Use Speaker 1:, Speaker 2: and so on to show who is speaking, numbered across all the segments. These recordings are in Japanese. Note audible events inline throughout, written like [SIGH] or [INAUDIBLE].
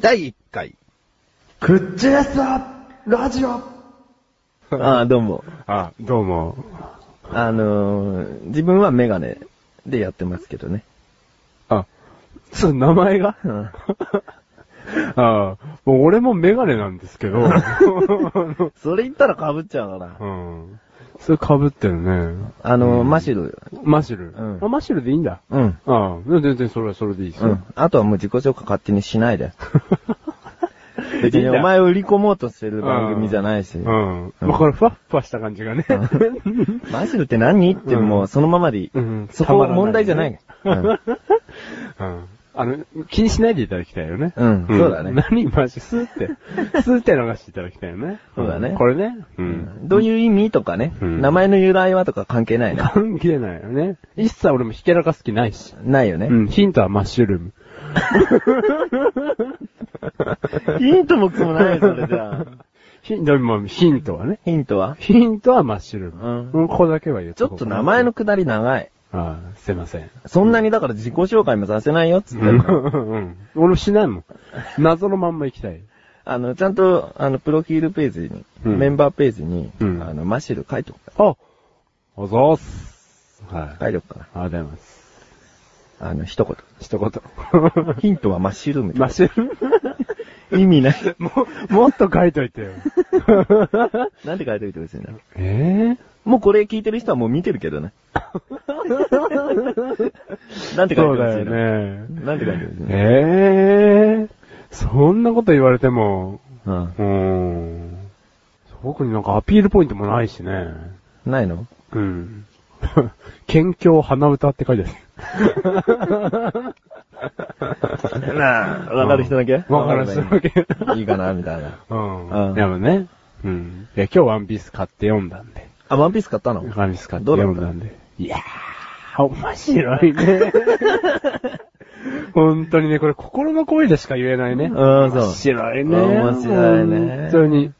Speaker 1: 第1回。
Speaker 2: クッチレスララジオ [LAUGHS] あーどうも。
Speaker 3: あ、どうも。
Speaker 2: あのー、自分はメガネでやってますけどね。
Speaker 3: あ、そう、名前が
Speaker 2: うん
Speaker 3: [LAUGHS] あもう俺もメガネなんですけ [LAUGHS] ど。う
Speaker 2: それ言ったら被っちゃうかな。
Speaker 3: ん。それ被ってるね。
Speaker 2: あのー、マシル。
Speaker 3: マシル。
Speaker 2: うん
Speaker 3: あ、マシルでいいんだ。
Speaker 2: うん。
Speaker 3: あ全然それはそれでいいです
Speaker 2: う
Speaker 3: よ。
Speaker 2: ん。あとはもう自己紹介勝手にしない [LAUGHS] で。
Speaker 3: [LAUGHS]
Speaker 2: 別
Speaker 3: いい
Speaker 2: に
Speaker 3: ん
Speaker 2: お
Speaker 3: だ
Speaker 2: 前を売り込もうとしてる番組じゃないし。
Speaker 3: うん。まあ、これふわっふわした感じがね。
Speaker 2: マシルって何ってもうそのままでいい。
Speaker 3: うん
Speaker 2: そ
Speaker 3: た
Speaker 2: こ
Speaker 3: まらない
Speaker 2: 問題じゃない。うん。
Speaker 3: うん。あの、気にしないでいただきたいよね。
Speaker 2: うんそうだね
Speaker 3: 何マジ、スーって、スーって流していただきたいよね。
Speaker 2: そうだね
Speaker 3: んこれね。うん。
Speaker 2: どういう意味とかね。
Speaker 3: うん
Speaker 2: 名前の由来はとか関係ないね。
Speaker 3: 関係ないよね。一切俺もひけらかす気ないし。
Speaker 2: ないよね。
Speaker 3: うん、ヒントはマッシュルーム。
Speaker 2: ヒントもくもないよ、それじゃあ。
Speaker 3: ヒント、もヒントはね。
Speaker 2: [LAUGHS] ヒントは
Speaker 3: ヒントはマッシュルーム。
Speaker 2: うん
Speaker 3: うん。ここだけは言っ
Speaker 2: ちょ
Speaker 3: と
Speaker 2: っ
Speaker 3: こう
Speaker 2: と名前のくだり長い。
Speaker 3: ああ、すいません。
Speaker 2: そんなにだから自己紹介もさせないよ、つって
Speaker 3: うん
Speaker 2: の。
Speaker 3: うん。俺もしないもん。謎のまんま行きたい。
Speaker 2: あの、ちゃんと、あの、プロフィールページに、
Speaker 3: うん
Speaker 2: メンバーページに、
Speaker 3: うん
Speaker 2: あの、マシル書いとくか
Speaker 3: あおざーす。はい。
Speaker 2: ら。書いとくから。
Speaker 3: ありがとうございます。
Speaker 2: あの、一言。
Speaker 3: 一言。
Speaker 2: ヒントはマッシュルーム
Speaker 3: [LAUGHS] マッシュルーム
Speaker 2: 意味ない。
Speaker 3: [LAUGHS] も、もっと書いといてよ。
Speaker 2: なんて書いておいてほしいんだ
Speaker 3: ええ
Speaker 2: もうこれ聞いてる人はもう見てるけどね。なんて書い
Speaker 3: そ
Speaker 2: うてほ
Speaker 3: だ
Speaker 2: しいの、
Speaker 3: よね。
Speaker 2: なんて書いてほしいの、
Speaker 3: ええそんなこと言われても、
Speaker 2: うん
Speaker 3: うーん。特になんかアピールポイントもないしね。
Speaker 2: ない
Speaker 3: [LAUGHS]
Speaker 2: の
Speaker 3: うん。県境鼻歌って書いてある。
Speaker 2: なあ、わかる人だけ
Speaker 3: うんわかる人だけ
Speaker 2: いいかな、みたいな。
Speaker 3: う
Speaker 2: うん
Speaker 3: ん。でもね。うん。いや、今日ワンピース買って読んだんで。
Speaker 2: あ、ワンピース買ったの
Speaker 3: ワンピース買って
Speaker 2: どうだっ
Speaker 3: 読ん
Speaker 2: た
Speaker 3: だんで。いやー、面白いね。
Speaker 2: [LAUGHS]
Speaker 3: 本当にね、これ心の声でしか言えないね。
Speaker 2: うんそう
Speaker 3: 面白いね。
Speaker 2: 面白いね
Speaker 3: 本当に。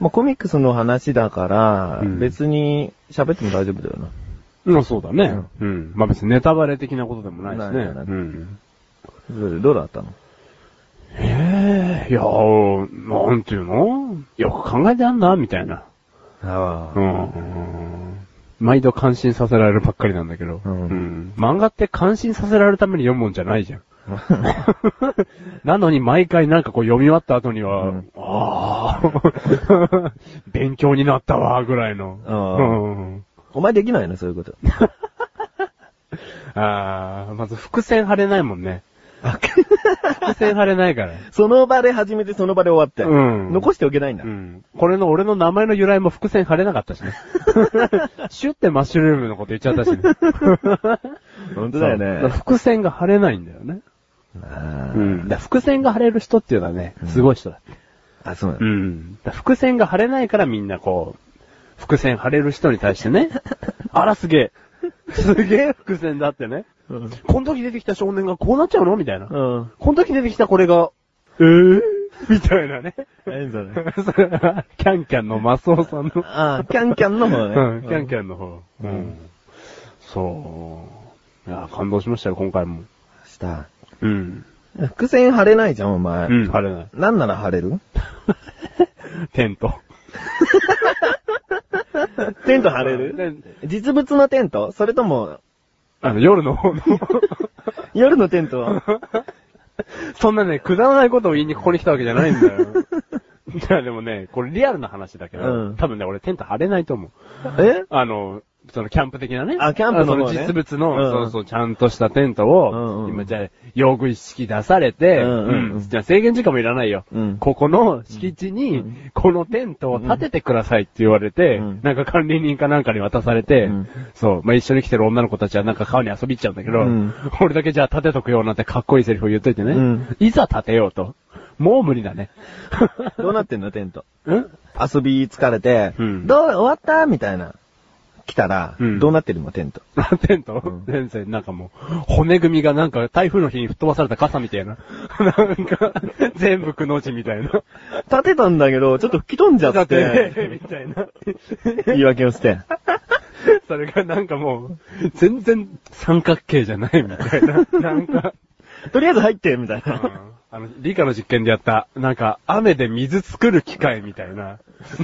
Speaker 2: まあ、コミックスの話だから、
Speaker 3: うん
Speaker 2: 別に喋っても大丈夫だよな。
Speaker 3: うん、そうだね。うん。まあ別にネタバレ的なことでもないし
Speaker 2: な
Speaker 3: ね
Speaker 2: いから。ね
Speaker 3: うん。
Speaker 2: どうどうだったの
Speaker 3: ええいやー、なんていうのよく考えてあんな、みたいな。
Speaker 2: あ
Speaker 3: う。ん。毎度感心させられるばっかりなんだけど。
Speaker 2: うん
Speaker 3: ん漫画って感心させられるために読むもんじゃないじゃん。 [LAUGHS] なのに毎回なんかこう読み終わった後には、
Speaker 2: うん
Speaker 3: ああ、 [LAUGHS] 勉強になったわ、ぐらいの。
Speaker 2: あー
Speaker 3: うん
Speaker 2: [LAUGHS] お前できないのそういうこと。
Speaker 3: あーまず伏線張れないもんね。 [LAUGHS] 伏線張れないから。
Speaker 2: その場で始めてその場で終わって。
Speaker 3: うん
Speaker 2: 残しておけないんだ。
Speaker 3: うん。これの俺の名前の由来も伏線張れなかったし [LAUGHS] ね。シュってマッシュルームのこと言っちゃったしね。
Speaker 2: 本当だよ
Speaker 3: そう
Speaker 2: ね。
Speaker 3: 伏線が張れないんだよね。
Speaker 2: あー
Speaker 3: うん。だから伏線が張れる人っていうのはね、すごい人だ。
Speaker 2: あ、そうな
Speaker 3: う
Speaker 2: の。
Speaker 3: ん。だから伏線が張れないからみんなこう、伏線張れる人に対してね、 [LAUGHS] あらすげえ。すげえ伏線だってね。
Speaker 2: うん
Speaker 3: この時出てきた少年がこうなっちゃうのみたいな。
Speaker 2: うん。
Speaker 3: この時出てきたこれが、えぇみたいなね。 [LAUGHS]
Speaker 2: 何それ。
Speaker 3: それは、キャンキャンのマスオさんの。
Speaker 2: ああ、キャンキャンの方ね。
Speaker 3: うん、キャンキャンの方。うん。そう。いや、感動しましたよ、今回も。
Speaker 2: した。
Speaker 3: うん。
Speaker 2: 伏線張れないじゃん、お前。
Speaker 3: うん、晴れない。
Speaker 2: なんなら張れ
Speaker 3: [LAUGHS]
Speaker 2: る
Speaker 3: テント。
Speaker 2: テント張れる実物のテントそれとも、
Speaker 3: あの、夜の方の。
Speaker 2: 夜のテント
Speaker 3: [LAUGHS]
Speaker 2: は
Speaker 3: そんなね、くだらないことを言いにここに来たわけじゃないんだ
Speaker 2: [LAUGHS]
Speaker 3: よ。いや、でもね、これリアルな話だけど、
Speaker 2: うん
Speaker 3: 多分ね、俺テント張れないと思う。
Speaker 2: え
Speaker 3: あの、そのキャンプ的なね。
Speaker 2: あキャンプの
Speaker 3: あ
Speaker 2: 方ね
Speaker 3: 実物の、
Speaker 2: うん
Speaker 3: そうそう、ちゃんとしたテント
Speaker 2: うん
Speaker 3: を、
Speaker 2: うん
Speaker 3: 今じゃあ、用具一式出されて、
Speaker 2: うんうんうん
Speaker 3: じゃあ制限時間もいらないよ。
Speaker 2: うん
Speaker 3: ここの敷地に、このテントを建ててくださいって言われて、
Speaker 2: うん
Speaker 3: なんか管理人かなんかに渡されて、
Speaker 2: うん
Speaker 3: そう、まあ、一緒に来てる女の子たちはなんか川に遊び行っちゃうんだけど、
Speaker 2: うん
Speaker 3: 俺だけじゃあ建てとくよなんてかっこいいセリフを言っといてね、
Speaker 2: うん
Speaker 3: いざ建てようと。もう無理だね。 [LAUGHS]
Speaker 2: どうなってんの、テント。
Speaker 3: うん
Speaker 2: 遊び疲れて、
Speaker 3: うん
Speaker 2: どう、終わったみたいな。来たら、
Speaker 3: うん
Speaker 2: どうなってるの、テント。
Speaker 3: あテント、
Speaker 2: うん
Speaker 3: 先生、なんかもう、骨組みがなんか台風の日に吹っ飛ばされた傘みたいな。 [LAUGHS] なんか、全部くの字みたいな。
Speaker 2: 立てたんだけど、ちょっと吹き飛んじゃ
Speaker 3: だ
Speaker 2: っ
Speaker 3: って [LAUGHS]
Speaker 2: て、、
Speaker 3: みたいな。
Speaker 2: 言い訳をして。 [LAUGHS] [LAUGHS]
Speaker 3: それがなんかもう、全然三角形じゃないみたいな。なんか、
Speaker 2: とりあえず入って、みたい
Speaker 3: うん
Speaker 2: な。
Speaker 3: あの、理科の実験でやった、なんか、雨で水作る機械みたいな。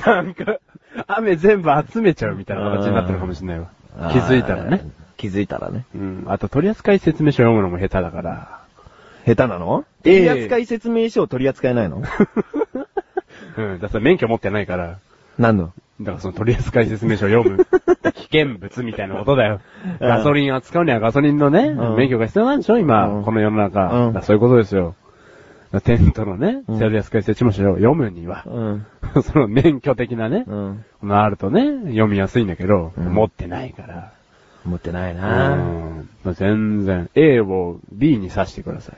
Speaker 3: なんか、雨全部集めちゃうみたいな形になってるかもしれないわ。気づいたらね。
Speaker 2: あー。気づいたらね。
Speaker 3: うん。あと、取扱説明書読むのも下手だから。
Speaker 2: 下手なの
Speaker 3: ええ
Speaker 2: 取扱い説明書を取り扱え [LAUGHS] ないの
Speaker 3: うん。だから免許持ってないから。
Speaker 2: 何の
Speaker 3: だからその取扱説明書を
Speaker 2: [LAUGHS]
Speaker 3: 読む。危険物みたいなことだよ。
Speaker 2: うん
Speaker 3: ガソリン扱うにはガソリンのね、
Speaker 2: うん
Speaker 3: 免許が必要なんでしょ今、
Speaker 2: うん
Speaker 3: この世の中。
Speaker 2: うん
Speaker 3: だからそういうことですよ。だからテントのね、
Speaker 2: うん
Speaker 3: 取扱説明書を読むには、
Speaker 2: うん。
Speaker 3: [LAUGHS] その免許的なね、
Speaker 2: うん。
Speaker 3: まああるとね、読みやすいんだけど、
Speaker 2: うん
Speaker 3: 持ってないから。
Speaker 2: 持ってないな
Speaker 3: うんまあ全然、A を B に刺してください、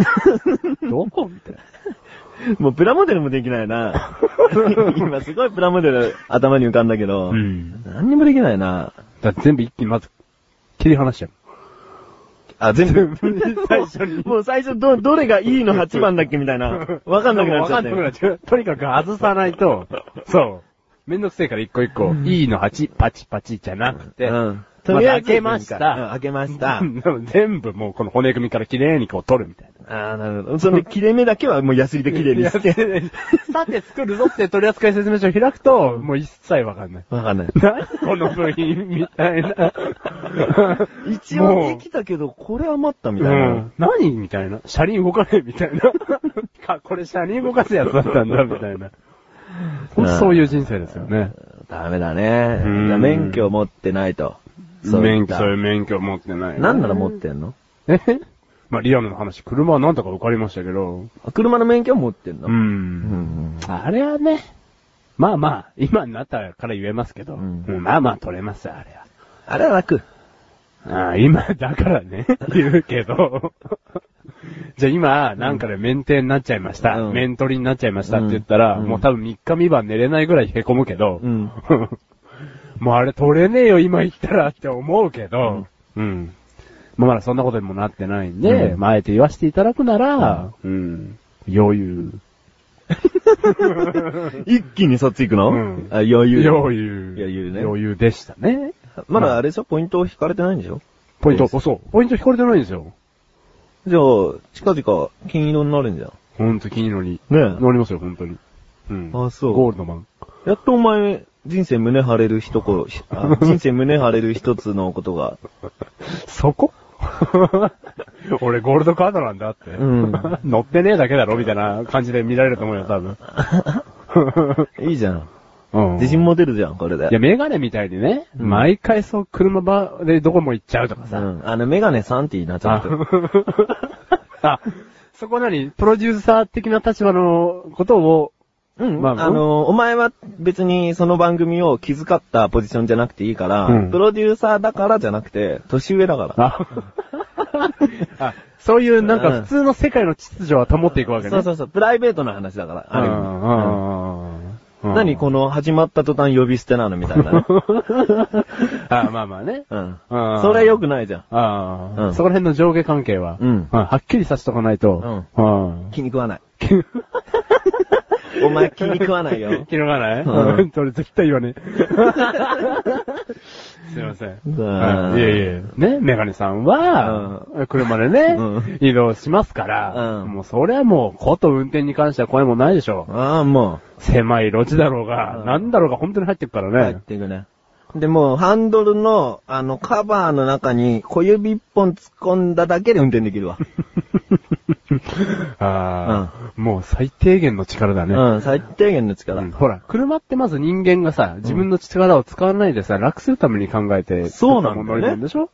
Speaker 2: [LAUGHS]
Speaker 3: たいな。どこみたいな。
Speaker 2: もうプラモデルもできない [LAUGHS] な今すごいプラモデル頭に浮かんだけど、
Speaker 3: うん
Speaker 2: 何にもできないな
Speaker 3: だから全部一気にまず、切り離しちゃう。
Speaker 2: あ、全部
Speaker 3: [LAUGHS] 最初に
Speaker 2: もう最初ど、どれがいいの8番だっけみたいな。わかんなくなっちゃって。
Speaker 3: わかんなくなっちゃうとにかく外さないと、そう。めんどくせえから一個一個、E の8、パチパチじゃなくて、
Speaker 2: うん
Speaker 3: と
Speaker 2: と
Speaker 3: り
Speaker 2: り
Speaker 3: あ
Speaker 2: あ
Speaker 3: え
Speaker 2: え
Speaker 3: ず
Speaker 2: ず
Speaker 3: 開けまし
Speaker 2: うん
Speaker 3: た。
Speaker 2: 開けました
Speaker 3: うんでも全部もうこの骨組みから綺麗にこう取るみたいな。
Speaker 2: ああ、なるほど。その切れ目だけはもうヤスリで綺麗
Speaker 3: [LAUGHS]
Speaker 2: にして。
Speaker 3: さて作るぞって取扱説明書を開くと、もう一切わかんない。
Speaker 2: わかんない。
Speaker 3: 何この部品みたいな。
Speaker 2: 一応できたけど、これ余ったみたいな。
Speaker 3: うん何みたいな。車輪動かないみたい
Speaker 2: [LAUGHS]
Speaker 3: な。か、これ車輪動かすやつだったんだ、みたいな。ほんとそういう人生ですよね。
Speaker 2: ダメだ
Speaker 3: うん
Speaker 2: ね。じゃあ免許持ってないと。そうい
Speaker 3: 免
Speaker 2: っ
Speaker 3: 許、
Speaker 2: た
Speaker 3: そういう免許持ってない。
Speaker 2: なんなら持ってんの
Speaker 3: え [LAUGHS] まあ、リアルな話、車は何だか分かりましたけど。
Speaker 2: あ車の免許は持ってんの
Speaker 3: う。
Speaker 2: うんん。
Speaker 3: あれはね、まあまあ、今になったから言えますけど、
Speaker 2: うん
Speaker 3: もうまあまあ取れます、あれは。
Speaker 2: あれは楽。
Speaker 3: ああ、今、だか
Speaker 2: [LAUGHS]
Speaker 3: らね、言うけど。じゃあ今、なんかで免停になっちゃいました。
Speaker 2: うん
Speaker 3: 免取りになっちゃいましたって言ったら、
Speaker 2: うん
Speaker 3: もう多分3日3晩寝れないぐらい凹むけど、
Speaker 2: うん。
Speaker 3: [LAUGHS] もうあれ取れねえよ、今行ったらって思うけど、うん。まあまだそんなことにもなってないんで、
Speaker 2: うん
Speaker 3: まああえて言わせていただくなら、うん。余裕。
Speaker 2: 一気にそっち行くの
Speaker 3: うん
Speaker 2: あ、余裕。
Speaker 3: 余裕。
Speaker 2: 余裕ね
Speaker 3: 余裕でしたね。
Speaker 2: まだあれでしょポイントを引かれてないんでしょ
Speaker 3: ポイント、そう。ポイント引かれてないんですよ。
Speaker 2: じゃあ、近々金色になるんじゃん。
Speaker 3: ほんと気に乗り。
Speaker 2: ねえ
Speaker 3: 乗りますよ、ほんとに。うん。
Speaker 2: あそう
Speaker 3: ゴールドマン。
Speaker 2: やっとお前、人生胸張れる一こ、 [LAUGHS] あ人生胸張れる一つのことが。
Speaker 3: そこ [LAUGHS] 俺ゴールドカードなんだって。
Speaker 2: うん
Speaker 3: [LAUGHS] 乗ってねえだけだろみたいな感じで見られると思うよ、多 [LAUGHS] 分。
Speaker 2: いいじゃん。
Speaker 3: うん
Speaker 2: 自信持てるじゃん、これで。
Speaker 3: いや、メガネみたいにね、
Speaker 2: うん
Speaker 3: 毎回そう、車場でどこも行っちゃうとか
Speaker 2: う
Speaker 3: さ。
Speaker 2: ん。あの、メガネさんって言いな、ちゃんと。
Speaker 3: [LAUGHS] ああ、そこなに、プロデューサー的な立場のことを、
Speaker 2: うん。
Speaker 3: まあ
Speaker 2: あの、お前は別にその番組を気遣ったポジションじゃなくていいから、
Speaker 3: うん
Speaker 2: プロデューサーだからじゃなくて、年上だから。
Speaker 3: [LAUGHS] ああそういうなんか普通の世界の秩序は保っていくわけね。
Speaker 2: そうそうそう、プライベートな話だから、ある意味うん
Speaker 3: うん
Speaker 2: 何この始まった途端呼び捨てなのみたいな [LAUGHS] ね。
Speaker 3: [LAUGHS] あまあまあね。
Speaker 2: うん。
Speaker 3: うん
Speaker 2: それは良くないじゃん。
Speaker 3: ああ、
Speaker 2: うん
Speaker 3: そこら辺の上下関係は、
Speaker 2: うん
Speaker 3: はっきりさせとかないと、うん。
Speaker 2: 気に食わない。 [LAUGHS] お前気に食わないよ。
Speaker 3: 気のがない、
Speaker 2: うん
Speaker 3: うん、 [LAUGHS] 俺絶対言わねえ。 [LAUGHS] すいません。
Speaker 2: うん
Speaker 3: はいいえいえ。ね、メガネさんは、車でね、
Speaker 2: うん
Speaker 3: 移動しますから、
Speaker 2: うん
Speaker 3: もうそれはもう、こと運転に関しては声もないでしょう。
Speaker 2: ああ、も
Speaker 3: 狭い路地だろうが、
Speaker 2: うん
Speaker 3: なんだろうが本当に入ってくから
Speaker 2: う、
Speaker 3: ね。
Speaker 2: 入っていくね。で、もう、ハンドルの、あの、カバーの中に、小指一本突っ込んだだけで運転できるわ。
Speaker 3: [LAUGHS] ああ、もう最低限の力だね。
Speaker 2: うん、最低限の力。
Speaker 3: ほら、車ってまず人間がさ、自分の力を使わないでさ、楽するために考えて、
Speaker 2: そうなんだよね
Speaker 3: 乗り込んでしょ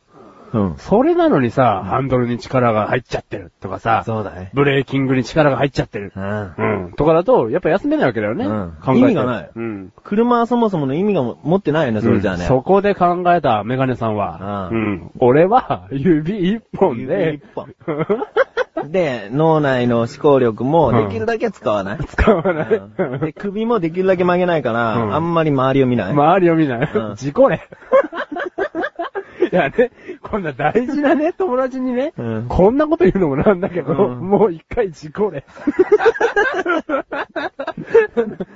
Speaker 2: うん。
Speaker 3: それなのにさ、ハンドルに力が入っちゃってるとかさ、
Speaker 2: そうだね。
Speaker 3: ブレーキングに力が入っちゃってる
Speaker 2: う。ん。
Speaker 3: うん。とかだと、やっぱ休めないわけだよね。
Speaker 2: うん
Speaker 3: 考えて
Speaker 2: 意味がない
Speaker 3: うん。
Speaker 2: 車はそもそもの意味がも持ってないよね、それじゃあね。
Speaker 3: そこで考えたメガネさんは、
Speaker 2: うん
Speaker 3: ん。俺は、指一本
Speaker 2: 指
Speaker 3: で
Speaker 2: 一、本。 [LAUGHS] で、脳内の思考力も
Speaker 3: うん
Speaker 2: できるだけ使わない。
Speaker 3: 使わない。
Speaker 2: うんで、首もできるだけ曲げないから、
Speaker 3: うん
Speaker 2: あんまり周りを見ない。
Speaker 3: 周りを見ない。
Speaker 2: うん
Speaker 3: 事故れ。 [LAUGHS] いやね、こんな大事なね、友達にね、
Speaker 2: うん
Speaker 3: こんなこと言うのもなんだけど、
Speaker 2: うん
Speaker 3: もう一回事
Speaker 2: [LAUGHS]
Speaker 3: 故れ。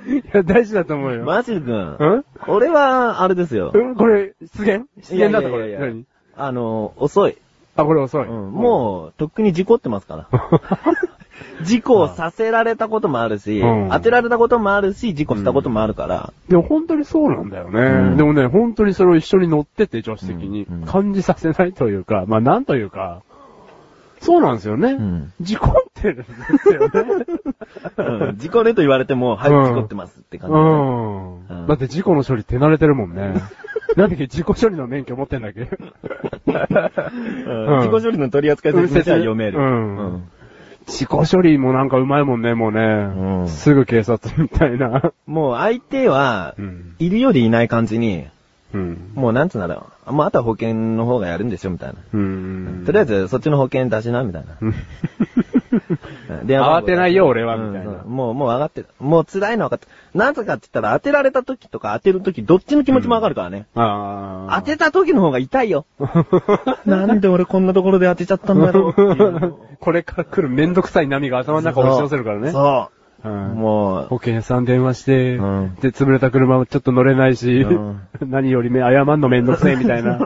Speaker 3: いや、大事だと思うよ。
Speaker 2: マジく。
Speaker 3: うんん
Speaker 2: これは、あれですよ。
Speaker 3: うんこれ、失言失言だとこれ。
Speaker 2: いやいやいやいやあの、遅い。
Speaker 3: あ、これ遅い。
Speaker 2: うん、
Speaker 3: [LAUGHS]
Speaker 2: もう、とっくに事故ってますから。事故をさせられたこともあるし、
Speaker 3: うん
Speaker 2: 当てられたこともあるし、事故したこともあるから、
Speaker 3: でも本当にそうなんだよね。
Speaker 2: うん
Speaker 3: でもね、本当にそれを一緒に乗ってて、助手席に
Speaker 2: うんうん
Speaker 3: 感じさせないというか、まあなんというか、そうなんですよね。
Speaker 2: ん
Speaker 3: 事故ってるんです
Speaker 2: [LAUGHS]
Speaker 3: よね。 [LAUGHS]
Speaker 2: うん事故ねと言われても、はい、
Speaker 3: うん
Speaker 2: 事故ってますって感じ。
Speaker 3: う
Speaker 2: うん
Speaker 3: ん。だって事故の処理手慣れてるも
Speaker 2: [LAUGHS]
Speaker 3: んね。なんで事故処理の免許持ってんだっけ
Speaker 2: うん
Speaker 3: うん
Speaker 2: 事故処理の取り扱い説明書は読める。
Speaker 3: うん
Speaker 2: うん
Speaker 3: 事故処理もなんかうまいもんね、もうね。
Speaker 2: ん
Speaker 3: すぐ警察みたいな。
Speaker 2: もう相手は
Speaker 3: う、ん。
Speaker 2: いるよりいない感じに、
Speaker 3: うん。
Speaker 2: もうなんつうんだろう。まあ、あとは保険の方がやるんでしょ、みたいな。
Speaker 3: うん。
Speaker 2: とりあえ
Speaker 3: ず、 [LAUGHS]
Speaker 2: ず、そっちの保険出しな、みたいな。うん電話番号
Speaker 3: 慌てないよ俺はみたいな
Speaker 2: うんそうもう、もう上がってる。もう辛いのは分かってる。なぜかって言ったら、当てられた時とか当てる時、どっちの気持ちも上がるからね。
Speaker 3: ああ。
Speaker 2: 当てた時の方が痛いよ。なんで俺こんなところで当てちゃったんだ [LAUGHS] ろうっていう。
Speaker 3: [LAUGHS] これから来るめんどくさい波が頭の中を押し寄せるからね。
Speaker 2: そうう。
Speaker 3: ん
Speaker 2: もう、
Speaker 3: 保険屋さん電話して、
Speaker 2: うん
Speaker 3: で、潰れた車もちょっと乗れないし、
Speaker 2: うん
Speaker 3: [LAUGHS] 何よりめ、謝んのめんどくせえみたい
Speaker 2: [LAUGHS]
Speaker 3: な。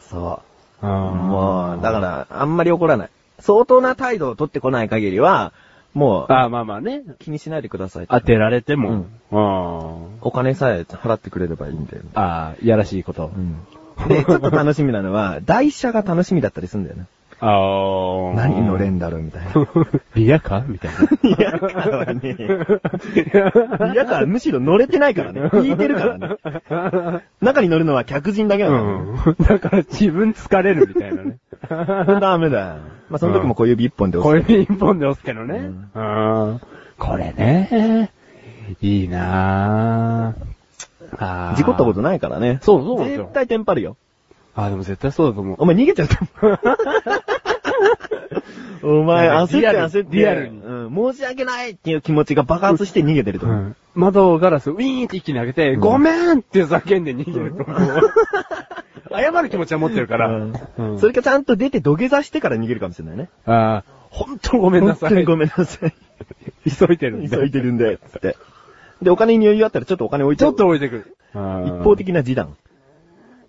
Speaker 2: そう。
Speaker 3: あ
Speaker 2: もう、だから、あんまり怒らない。相当な態度を取ってこない限りは、もう、
Speaker 3: あー、まあまあね。
Speaker 2: 気にしないでください。
Speaker 3: 当てられても。
Speaker 2: お金さえ払ってくれればいいんだよね。
Speaker 3: ああー、いやらしいこと。
Speaker 2: で、ちょっと楽しみなのは、台車が楽しみだったりするんだよね。
Speaker 3: ああ。
Speaker 2: 何乗
Speaker 3: [LAUGHS]
Speaker 2: れんだろうみたいな。
Speaker 3: リアカーみたいな。
Speaker 2: リアカーはね、リアカーむしろ乗れてないからね。引いてるからね。中に乗るのは客人だけなの、ね
Speaker 3: うん。だから自分疲れるみたい
Speaker 2: [LAUGHS]
Speaker 3: なね。
Speaker 2: ダメだよ。まあ、その時も小指一本で
Speaker 3: こ
Speaker 2: 押
Speaker 3: れ
Speaker 2: す。
Speaker 3: で一本で押すけどね。
Speaker 2: う
Speaker 3: うんん。これね。いいなぁ。あー
Speaker 2: 事故ったことないからね。
Speaker 3: そうそうなんですよ
Speaker 2: 絶対テンパるよ。
Speaker 3: あー、でも絶対そうだと思う。
Speaker 2: お前逃げちゃった。お前、焦って
Speaker 3: リアル
Speaker 2: 焦って。
Speaker 3: リアルに
Speaker 2: うん。申し訳ないっていう気持ちが爆発して逃げてると
Speaker 3: う
Speaker 2: 思う。
Speaker 3: ん窓ガラスウィーンって一気に上げて、
Speaker 2: ん
Speaker 3: ごめんって叫んで逃げると思う。謝る気持ちは持ってるから。
Speaker 2: うん
Speaker 3: うん
Speaker 2: それかちゃんと出て土下座してから逃げるかもしれないね。
Speaker 3: あー本当ごめんな
Speaker 2: 本
Speaker 3: さ
Speaker 2: 当に
Speaker 3: い。
Speaker 2: ごめんなさい。
Speaker 3: 急いでるんで。
Speaker 2: 急いでるんで、つって。で、お金に余裕あったらちょっとお金置いて
Speaker 3: ちょっと置いてくる。
Speaker 2: 一方的な示談。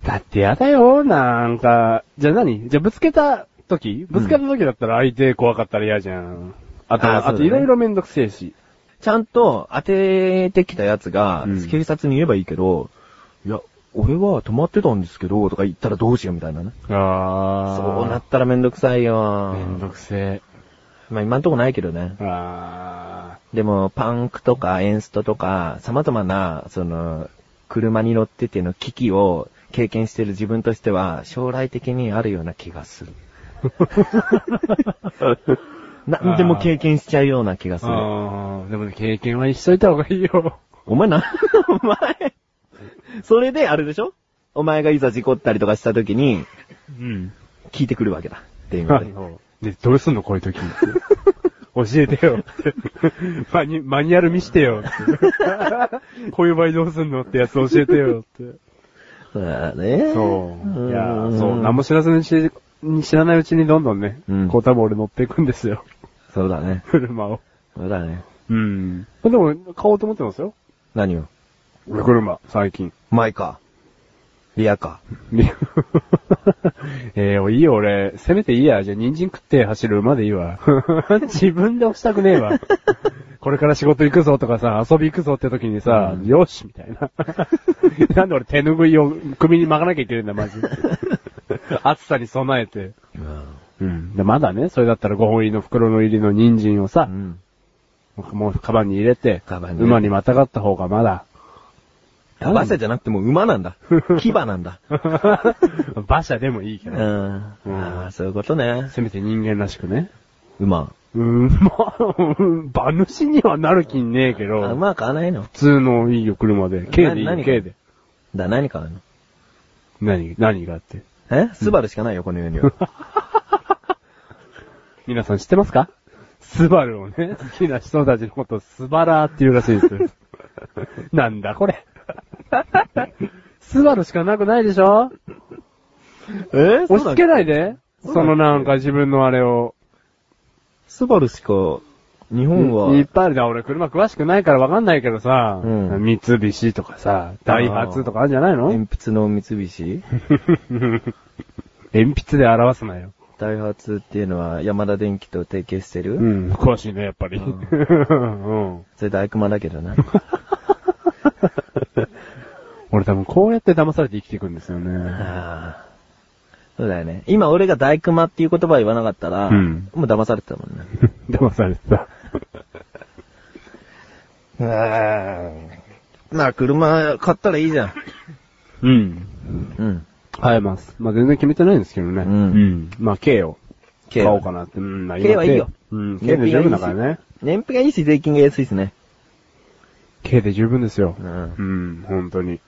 Speaker 3: だってやだよ、なんか。じゃあ何じゃあぶつけた時ぶつけた時だったら相手怖かったら嫌じゃん。あと、
Speaker 2: あーそ
Speaker 3: あ
Speaker 2: うだ
Speaker 3: と
Speaker 2: ね
Speaker 3: いろいろめんどくせえし。
Speaker 2: ちゃんと当ててきたやつが
Speaker 3: うん、
Speaker 2: 警察に言えばいいけど、いや、俺は泊まってたんですけど、とか言ったらどうしようみたいなね。
Speaker 3: あ
Speaker 2: そうなったらめんどくさいよ。
Speaker 3: めんどくせ
Speaker 2: まあ今んとこないけどね。
Speaker 3: え。あ
Speaker 2: でも、パンクとかエンストとか、様々な、その、車に乗ってての危機を経験してる自分としては、将来的にあるような気が
Speaker 3: [LAUGHS]
Speaker 2: する。何でも経験しちゃうような気が
Speaker 3: ー
Speaker 2: する。
Speaker 3: あー。でもね、経験は一緒いた方がいいよ。
Speaker 2: お前な、お前、それであれでしょお前がいざ事故ったりとかした時に、
Speaker 3: うん。
Speaker 2: 聞いてくるわけだ。っていう
Speaker 3: あ
Speaker 2: ので。
Speaker 3: ので、どうすんのこういう時。 [LAUGHS] 教えて [LAUGHS] よって。マニマニュアル見して [LAUGHS] よって。こういう場合どうすんのってやつ教えてよって。
Speaker 2: そうだね。
Speaker 3: そう。いやー
Speaker 2: ん
Speaker 3: そう、何も知らずにし知らないうちにどんどんね、
Speaker 2: うん
Speaker 3: こう多分俺乗っていくんですよ。 [LAUGHS]
Speaker 2: そうだね。
Speaker 3: 車を。
Speaker 2: そうだね。
Speaker 3: うん。でも、買おうと思ってますよ。
Speaker 2: 何を
Speaker 3: 俺車、最近。
Speaker 2: 前か。リアか。
Speaker 3: [LAUGHS] えー、いいよ、俺。せめていいや。じゃあ、人参食って走る馬でいいわ。 [LAUGHS] 自分で押したくねえわ。
Speaker 2: [LAUGHS]
Speaker 3: これから仕事行くぞとかさ、遊び行くぞって時にさ、
Speaker 2: うん
Speaker 3: よしみたい
Speaker 2: [LAUGHS]
Speaker 3: な。なんで俺手拭いを首に巻かなきゃいけないんだ、マジ。
Speaker 2: [LAUGHS]
Speaker 3: 暑さに備えて。うん。で、まだね、それだったら5本入りの袋の入りの人参を
Speaker 2: う
Speaker 3: さ、
Speaker 2: ん。
Speaker 3: もうカバンに入れて、
Speaker 2: カバンに入れて
Speaker 3: 馬にまたがった方がま
Speaker 2: [LAUGHS]
Speaker 3: だ、 [LAUGHS]
Speaker 2: 馬車じゃなくてもう馬なんだ。牙なんだ。
Speaker 3: 馬車でもいいけ
Speaker 2: う
Speaker 3: ど、
Speaker 2: ん。ああ、そういうことね。
Speaker 3: せめて人間らしくね。
Speaker 2: 馬。
Speaker 3: うん、まあ、うん馬主にはなる気ねえけ
Speaker 2: あ
Speaker 3: ど、
Speaker 2: 馬買わないの
Speaker 3: 普通のいいよ、車で。軽でいい
Speaker 2: な何、
Speaker 3: よ
Speaker 2: が
Speaker 3: 軽で。
Speaker 2: だ、何買うの
Speaker 3: 何、何があって。
Speaker 2: えスバルしかないよ、この世には。
Speaker 3: 皆さん知ってますかスバルを
Speaker 2: [LAUGHS]
Speaker 3: ね、好きな人たちのことをスバラーって言うらしいですよ。なんだこれ。スバルしかなくないでしょ
Speaker 2: え
Speaker 3: 押し付け
Speaker 2: い。
Speaker 3: ないで。
Speaker 2: そうだっけ
Speaker 3: そのなんか自分のあれを。
Speaker 2: スバルしか、日本はい
Speaker 3: っ、ぱいあるだ。俺車詳しくないからわかんないけどさ、
Speaker 2: うん
Speaker 3: 三菱とかさ、ダイハツとかあるんじゃないの
Speaker 2: 鉛筆の三菱
Speaker 3: 鉛筆で表すなよ。
Speaker 2: ダイハツっていうのは山田電機と提携してる、
Speaker 3: うん、詳しいね、やっぱり。う
Speaker 2: うんん。
Speaker 3: うん、
Speaker 2: それ大熊だけどな。
Speaker 3: 俺多分こうやって騙されて生きていくんですよね。
Speaker 2: ああ。そうだよね。今俺が大熊っていう言葉言わなかったら、
Speaker 3: うん
Speaker 2: もう騙されてたもんね。
Speaker 3: [LAUGHS] 騙されてた。
Speaker 2: うーん。まあ車買ったらいいじゃん。
Speaker 3: うん。
Speaker 2: うん。
Speaker 3: 買えます。まあ全然決めてないんですけどね。
Speaker 2: うん
Speaker 3: んまあ K を買おうかなって。うん、まあ今
Speaker 2: K はいいよ
Speaker 3: うん、K で十分だからね。
Speaker 2: 燃費がいいし、税金が安いですね。
Speaker 3: K で十分ですよ。
Speaker 2: ん
Speaker 3: う。ん、本当に。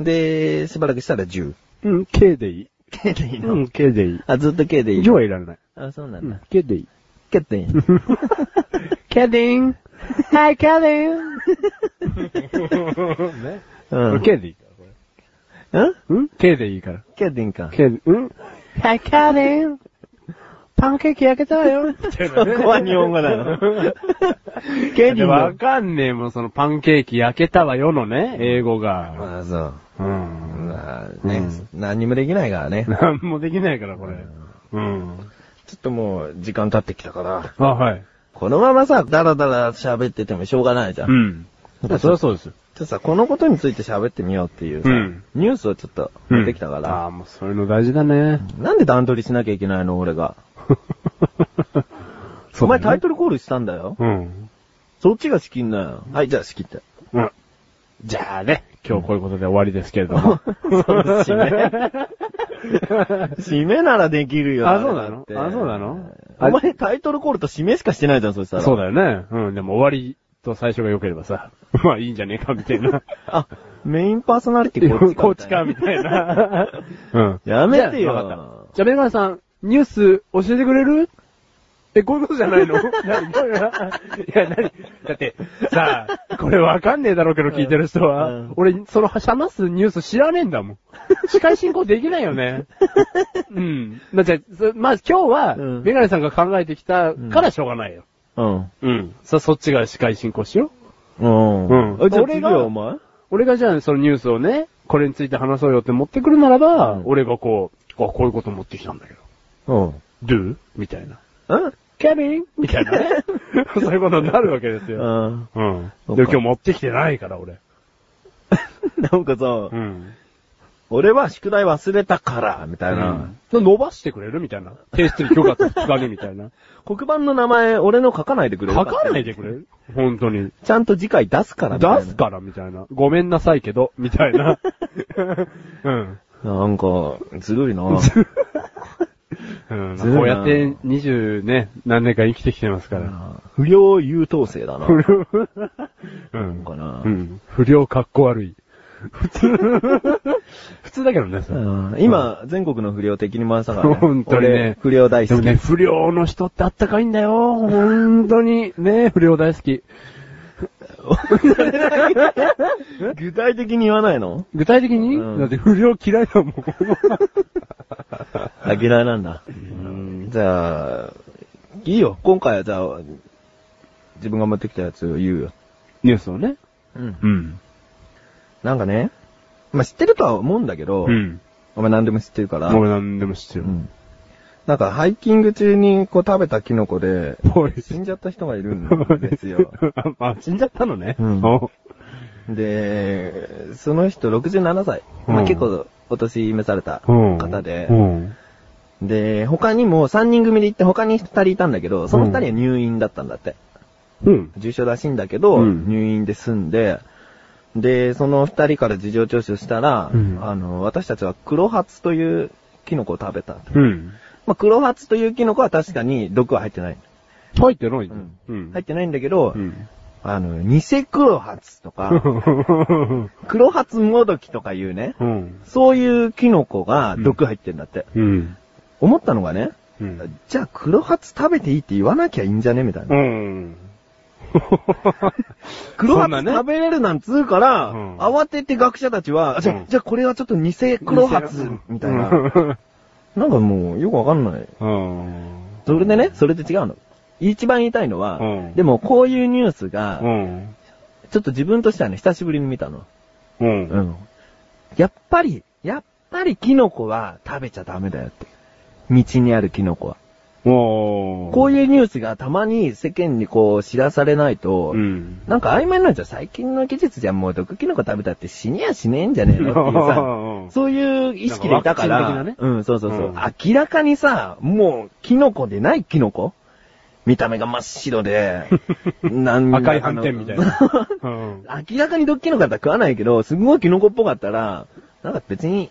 Speaker 2: で、しばらくしたら10。
Speaker 3: うん、K でいい。
Speaker 2: K でいいの、
Speaker 3: うん、K でいい。
Speaker 2: あ、ずっと K でいい
Speaker 3: 以上はいらない。
Speaker 2: あ、そうな
Speaker 3: うんん
Speaker 2: だ。、
Speaker 3: K で [LAUGHS] いい。
Speaker 2: K でいい。
Speaker 3: ケディン !Hi, ケデ [LAUGHS] ィンね。
Speaker 2: うん。
Speaker 3: K でいいか
Speaker 2: ん
Speaker 3: ら。ん ?K でいいから。
Speaker 2: ?K でいいんか。
Speaker 3: K で、うん ?Hi, ケディンパンケーキ焼けたわ [LAUGHS] よ
Speaker 2: そこは日本語な
Speaker 3: [LAUGHS]
Speaker 2: の。デ
Speaker 3: ケ
Speaker 2: ィンの
Speaker 3: わかんねえもん、そのパンケーキ焼けたわよのね、英語が。
Speaker 2: まあそう。
Speaker 3: うん。
Speaker 2: まあね、何にもできないからね。
Speaker 3: [LAUGHS] なんもできないから、これ。うん。
Speaker 2: ちょっともう時間経ってきたから、
Speaker 3: あ、はい。
Speaker 2: このままさ、ダラダラ喋っててもしょうがないじゃん。
Speaker 3: う
Speaker 2: ちょ
Speaker 3: ん。そりゃそうですよ。
Speaker 2: っとさ、このことについて喋ってみようっていうさ、
Speaker 3: うん
Speaker 2: ニュースをちょっと持ってきたか
Speaker 3: ああ、
Speaker 2: ら、
Speaker 3: もうそういうの大事だ [LAUGHS] ね。
Speaker 2: なんで段取りしなきゃいけないの俺が。お前タイトルコールしたんだよ。
Speaker 3: うん。
Speaker 2: そっちが仕切んなよ。はい、じゃあ仕切って。
Speaker 3: うん。じゃあね、今日こういうことで終わりですけれども。
Speaker 2: [LAUGHS] そう締め。締めならできるよ。
Speaker 3: あそうなの
Speaker 2: だって
Speaker 3: あそうなの
Speaker 2: お前タイトルコールと締めしかしてないじゃん、そしたら。
Speaker 3: [LAUGHS] そうだよね。うん、でも終わりと最初が良ければさ、 [LAUGHS] まあいいんじゃねえか、みたいな。
Speaker 2: あ、メインパーソナリティこっちか。
Speaker 3: こっちか、みたいな。 [LAUGHS] うん。
Speaker 2: やめてよ
Speaker 3: じゃあわかった。じゃあ、メガネさん、ニュース教えてくれるえ、こういうことじゃない [LAUGHS] の何どういういや、何だって、さあ、これわかんねえだろうけど聞いてる人は、
Speaker 2: うん
Speaker 3: 俺、その、しゃますニュース知らねえんだもん。司会進行できないよ [LAUGHS] ね。うん。だって、そまあ今日は、
Speaker 2: うん
Speaker 3: メガネさんが考えてきたからしょうがないよ。
Speaker 2: うん。
Speaker 3: うん。さあ、そっちが司会進行しよう。
Speaker 2: うん。
Speaker 3: うん
Speaker 2: あじゃあ
Speaker 3: 俺
Speaker 2: 次
Speaker 3: が
Speaker 2: はお前
Speaker 3: 俺がじゃあそのニュースをね、これについて話そうよって持ってくるならば、
Speaker 2: うん
Speaker 3: 俺がこう、あ、こういうこと持ってきたんだけど。
Speaker 2: うん。
Speaker 3: do? みたいな。
Speaker 2: うん
Speaker 3: ケビンみたいなね。そういうことになるわけですよ。
Speaker 2: うん。
Speaker 3: うん。
Speaker 2: そう
Speaker 3: で
Speaker 2: か
Speaker 3: 今日持ってきてないから、俺。
Speaker 2: なんかさ、
Speaker 3: ん。
Speaker 2: 俺は宿題忘れたから、みたいな。
Speaker 3: 伸ばしてくれるみたいな。提出に許可つかねみたいな。
Speaker 2: 黒板の名前、俺の書かないでくれる
Speaker 3: 書かないでくれる本当に。
Speaker 2: ちゃんと次回出すからみたいな
Speaker 3: 出すから、みたいな。ごめんなさいけど、みたいな。うん。
Speaker 2: なんか、ずるいな
Speaker 3: うん。
Speaker 2: ずるいな
Speaker 3: こうやって二十ね、何年か生きてきてますから。
Speaker 2: 不良優等生だな。
Speaker 3: うん。
Speaker 2: かな
Speaker 3: うん。不良かっこ悪い。普通、 [LAUGHS] 普通だけどね、それ
Speaker 2: うん今、全国の不良敵に回したからね。
Speaker 3: [LAUGHS] 本当にね
Speaker 2: 俺不良大
Speaker 3: で
Speaker 2: 好
Speaker 3: も
Speaker 2: き。
Speaker 3: ね、不良の人ってあったかいんだよ。本当に。ね、不良大好き。
Speaker 2: [LAUGHS] 具体的に言わないの
Speaker 3: 具体的に、
Speaker 2: うん
Speaker 3: だって不良嫌いだもん。
Speaker 2: あ、嫌いなんだ。じゃあ、いいよ。今回はじゃあ、自分が持ってきたやつを言うよ。
Speaker 3: [LAUGHS] ニュースをね。
Speaker 2: うん。
Speaker 3: うん。
Speaker 2: なんかね、まあ、知ってるとは思うんだけど、
Speaker 3: うん。
Speaker 2: お前何でも知ってるから、
Speaker 3: 俺何でも知って
Speaker 2: う
Speaker 3: る。
Speaker 2: ん。なんか、ハイキング中にこう食べたキノコで、
Speaker 3: [LAUGHS] ぽい。
Speaker 2: 死んじゃった人がいるんですよ。。
Speaker 3: [LAUGHS] あ、死んじゃったのね。
Speaker 2: うん
Speaker 3: お
Speaker 2: で、その人67歳。ま
Speaker 3: う
Speaker 2: あ、
Speaker 3: ん
Speaker 2: 結構、お年召された
Speaker 3: うん。
Speaker 2: 方で
Speaker 3: う、ん。
Speaker 2: で、他にも3人組で行って他に2人いたんだけど、その2人は入院だったんだって。
Speaker 3: うん。
Speaker 2: 重症らしいんだけど、
Speaker 3: うん
Speaker 2: 入院で済んで、で、その二人から事情聴取したら、
Speaker 3: うん
Speaker 2: あの、私たちは黒ハツというキノコを食べた。
Speaker 3: うん。
Speaker 2: まあ、黒ハツというキノコは確かに毒は入ってない。
Speaker 3: 入ってない
Speaker 2: ん
Speaker 3: うん
Speaker 2: 入ってないんだけど、
Speaker 3: うん。
Speaker 2: あの、偽黒ハツと
Speaker 3: [LAUGHS]
Speaker 2: か、黒ハツもどきとかいうね、
Speaker 3: うん。
Speaker 2: そういうキノコが毒入ってんだって。
Speaker 3: うん。
Speaker 2: 思ったのがね、
Speaker 3: うん。
Speaker 2: じゃあ黒ハツ食べていいって言わなきゃいいんじゃねみたいな。
Speaker 3: うん。
Speaker 2: 黒
Speaker 3: そ
Speaker 2: ハ
Speaker 3: んな
Speaker 2: ツ
Speaker 3: ね
Speaker 2: 食べれるなんつうから、
Speaker 3: うん
Speaker 2: 慌てて学者たちは、じゃ
Speaker 3: う
Speaker 2: あ
Speaker 3: ん、
Speaker 2: じゃあこれはちょっと偽黒ハツみたいな。なんかもう、よくわかんない。
Speaker 3: うん。
Speaker 2: それでね、それで違うの。一番言いたいのは、
Speaker 3: うん
Speaker 2: でもこういうニュースが、
Speaker 3: うん。
Speaker 2: ちょっと自分としてはね、久しぶりに見たの。
Speaker 3: うん。
Speaker 2: うんやっぱり、やっぱりキノコは食べちゃダメだよって。道にあるキノコは。
Speaker 3: おー。
Speaker 2: こういうニュースがたまに世間にこう知らされないと、
Speaker 3: うん。
Speaker 2: なんか曖昧なんじゃ最近の技術じゃもう毒キノコ食べたって死にやしねえんじゃねえのっていう
Speaker 3: うんうんう
Speaker 2: さ [LAUGHS]
Speaker 3: ん、
Speaker 2: そういう意識でいたから、
Speaker 3: なんかワクチン的
Speaker 2: うん、そうそうそう、
Speaker 3: うん
Speaker 2: 明らかにさ、もうキノコでないキノコ見た目が真っ白で、
Speaker 3: [LAUGHS]
Speaker 2: なん
Speaker 3: 赤い斑点みたいな。うん。
Speaker 2: [LAUGHS] 明らかに毒キノコだったら食わないけど、すごいキノコっぽかったら、なんか別に、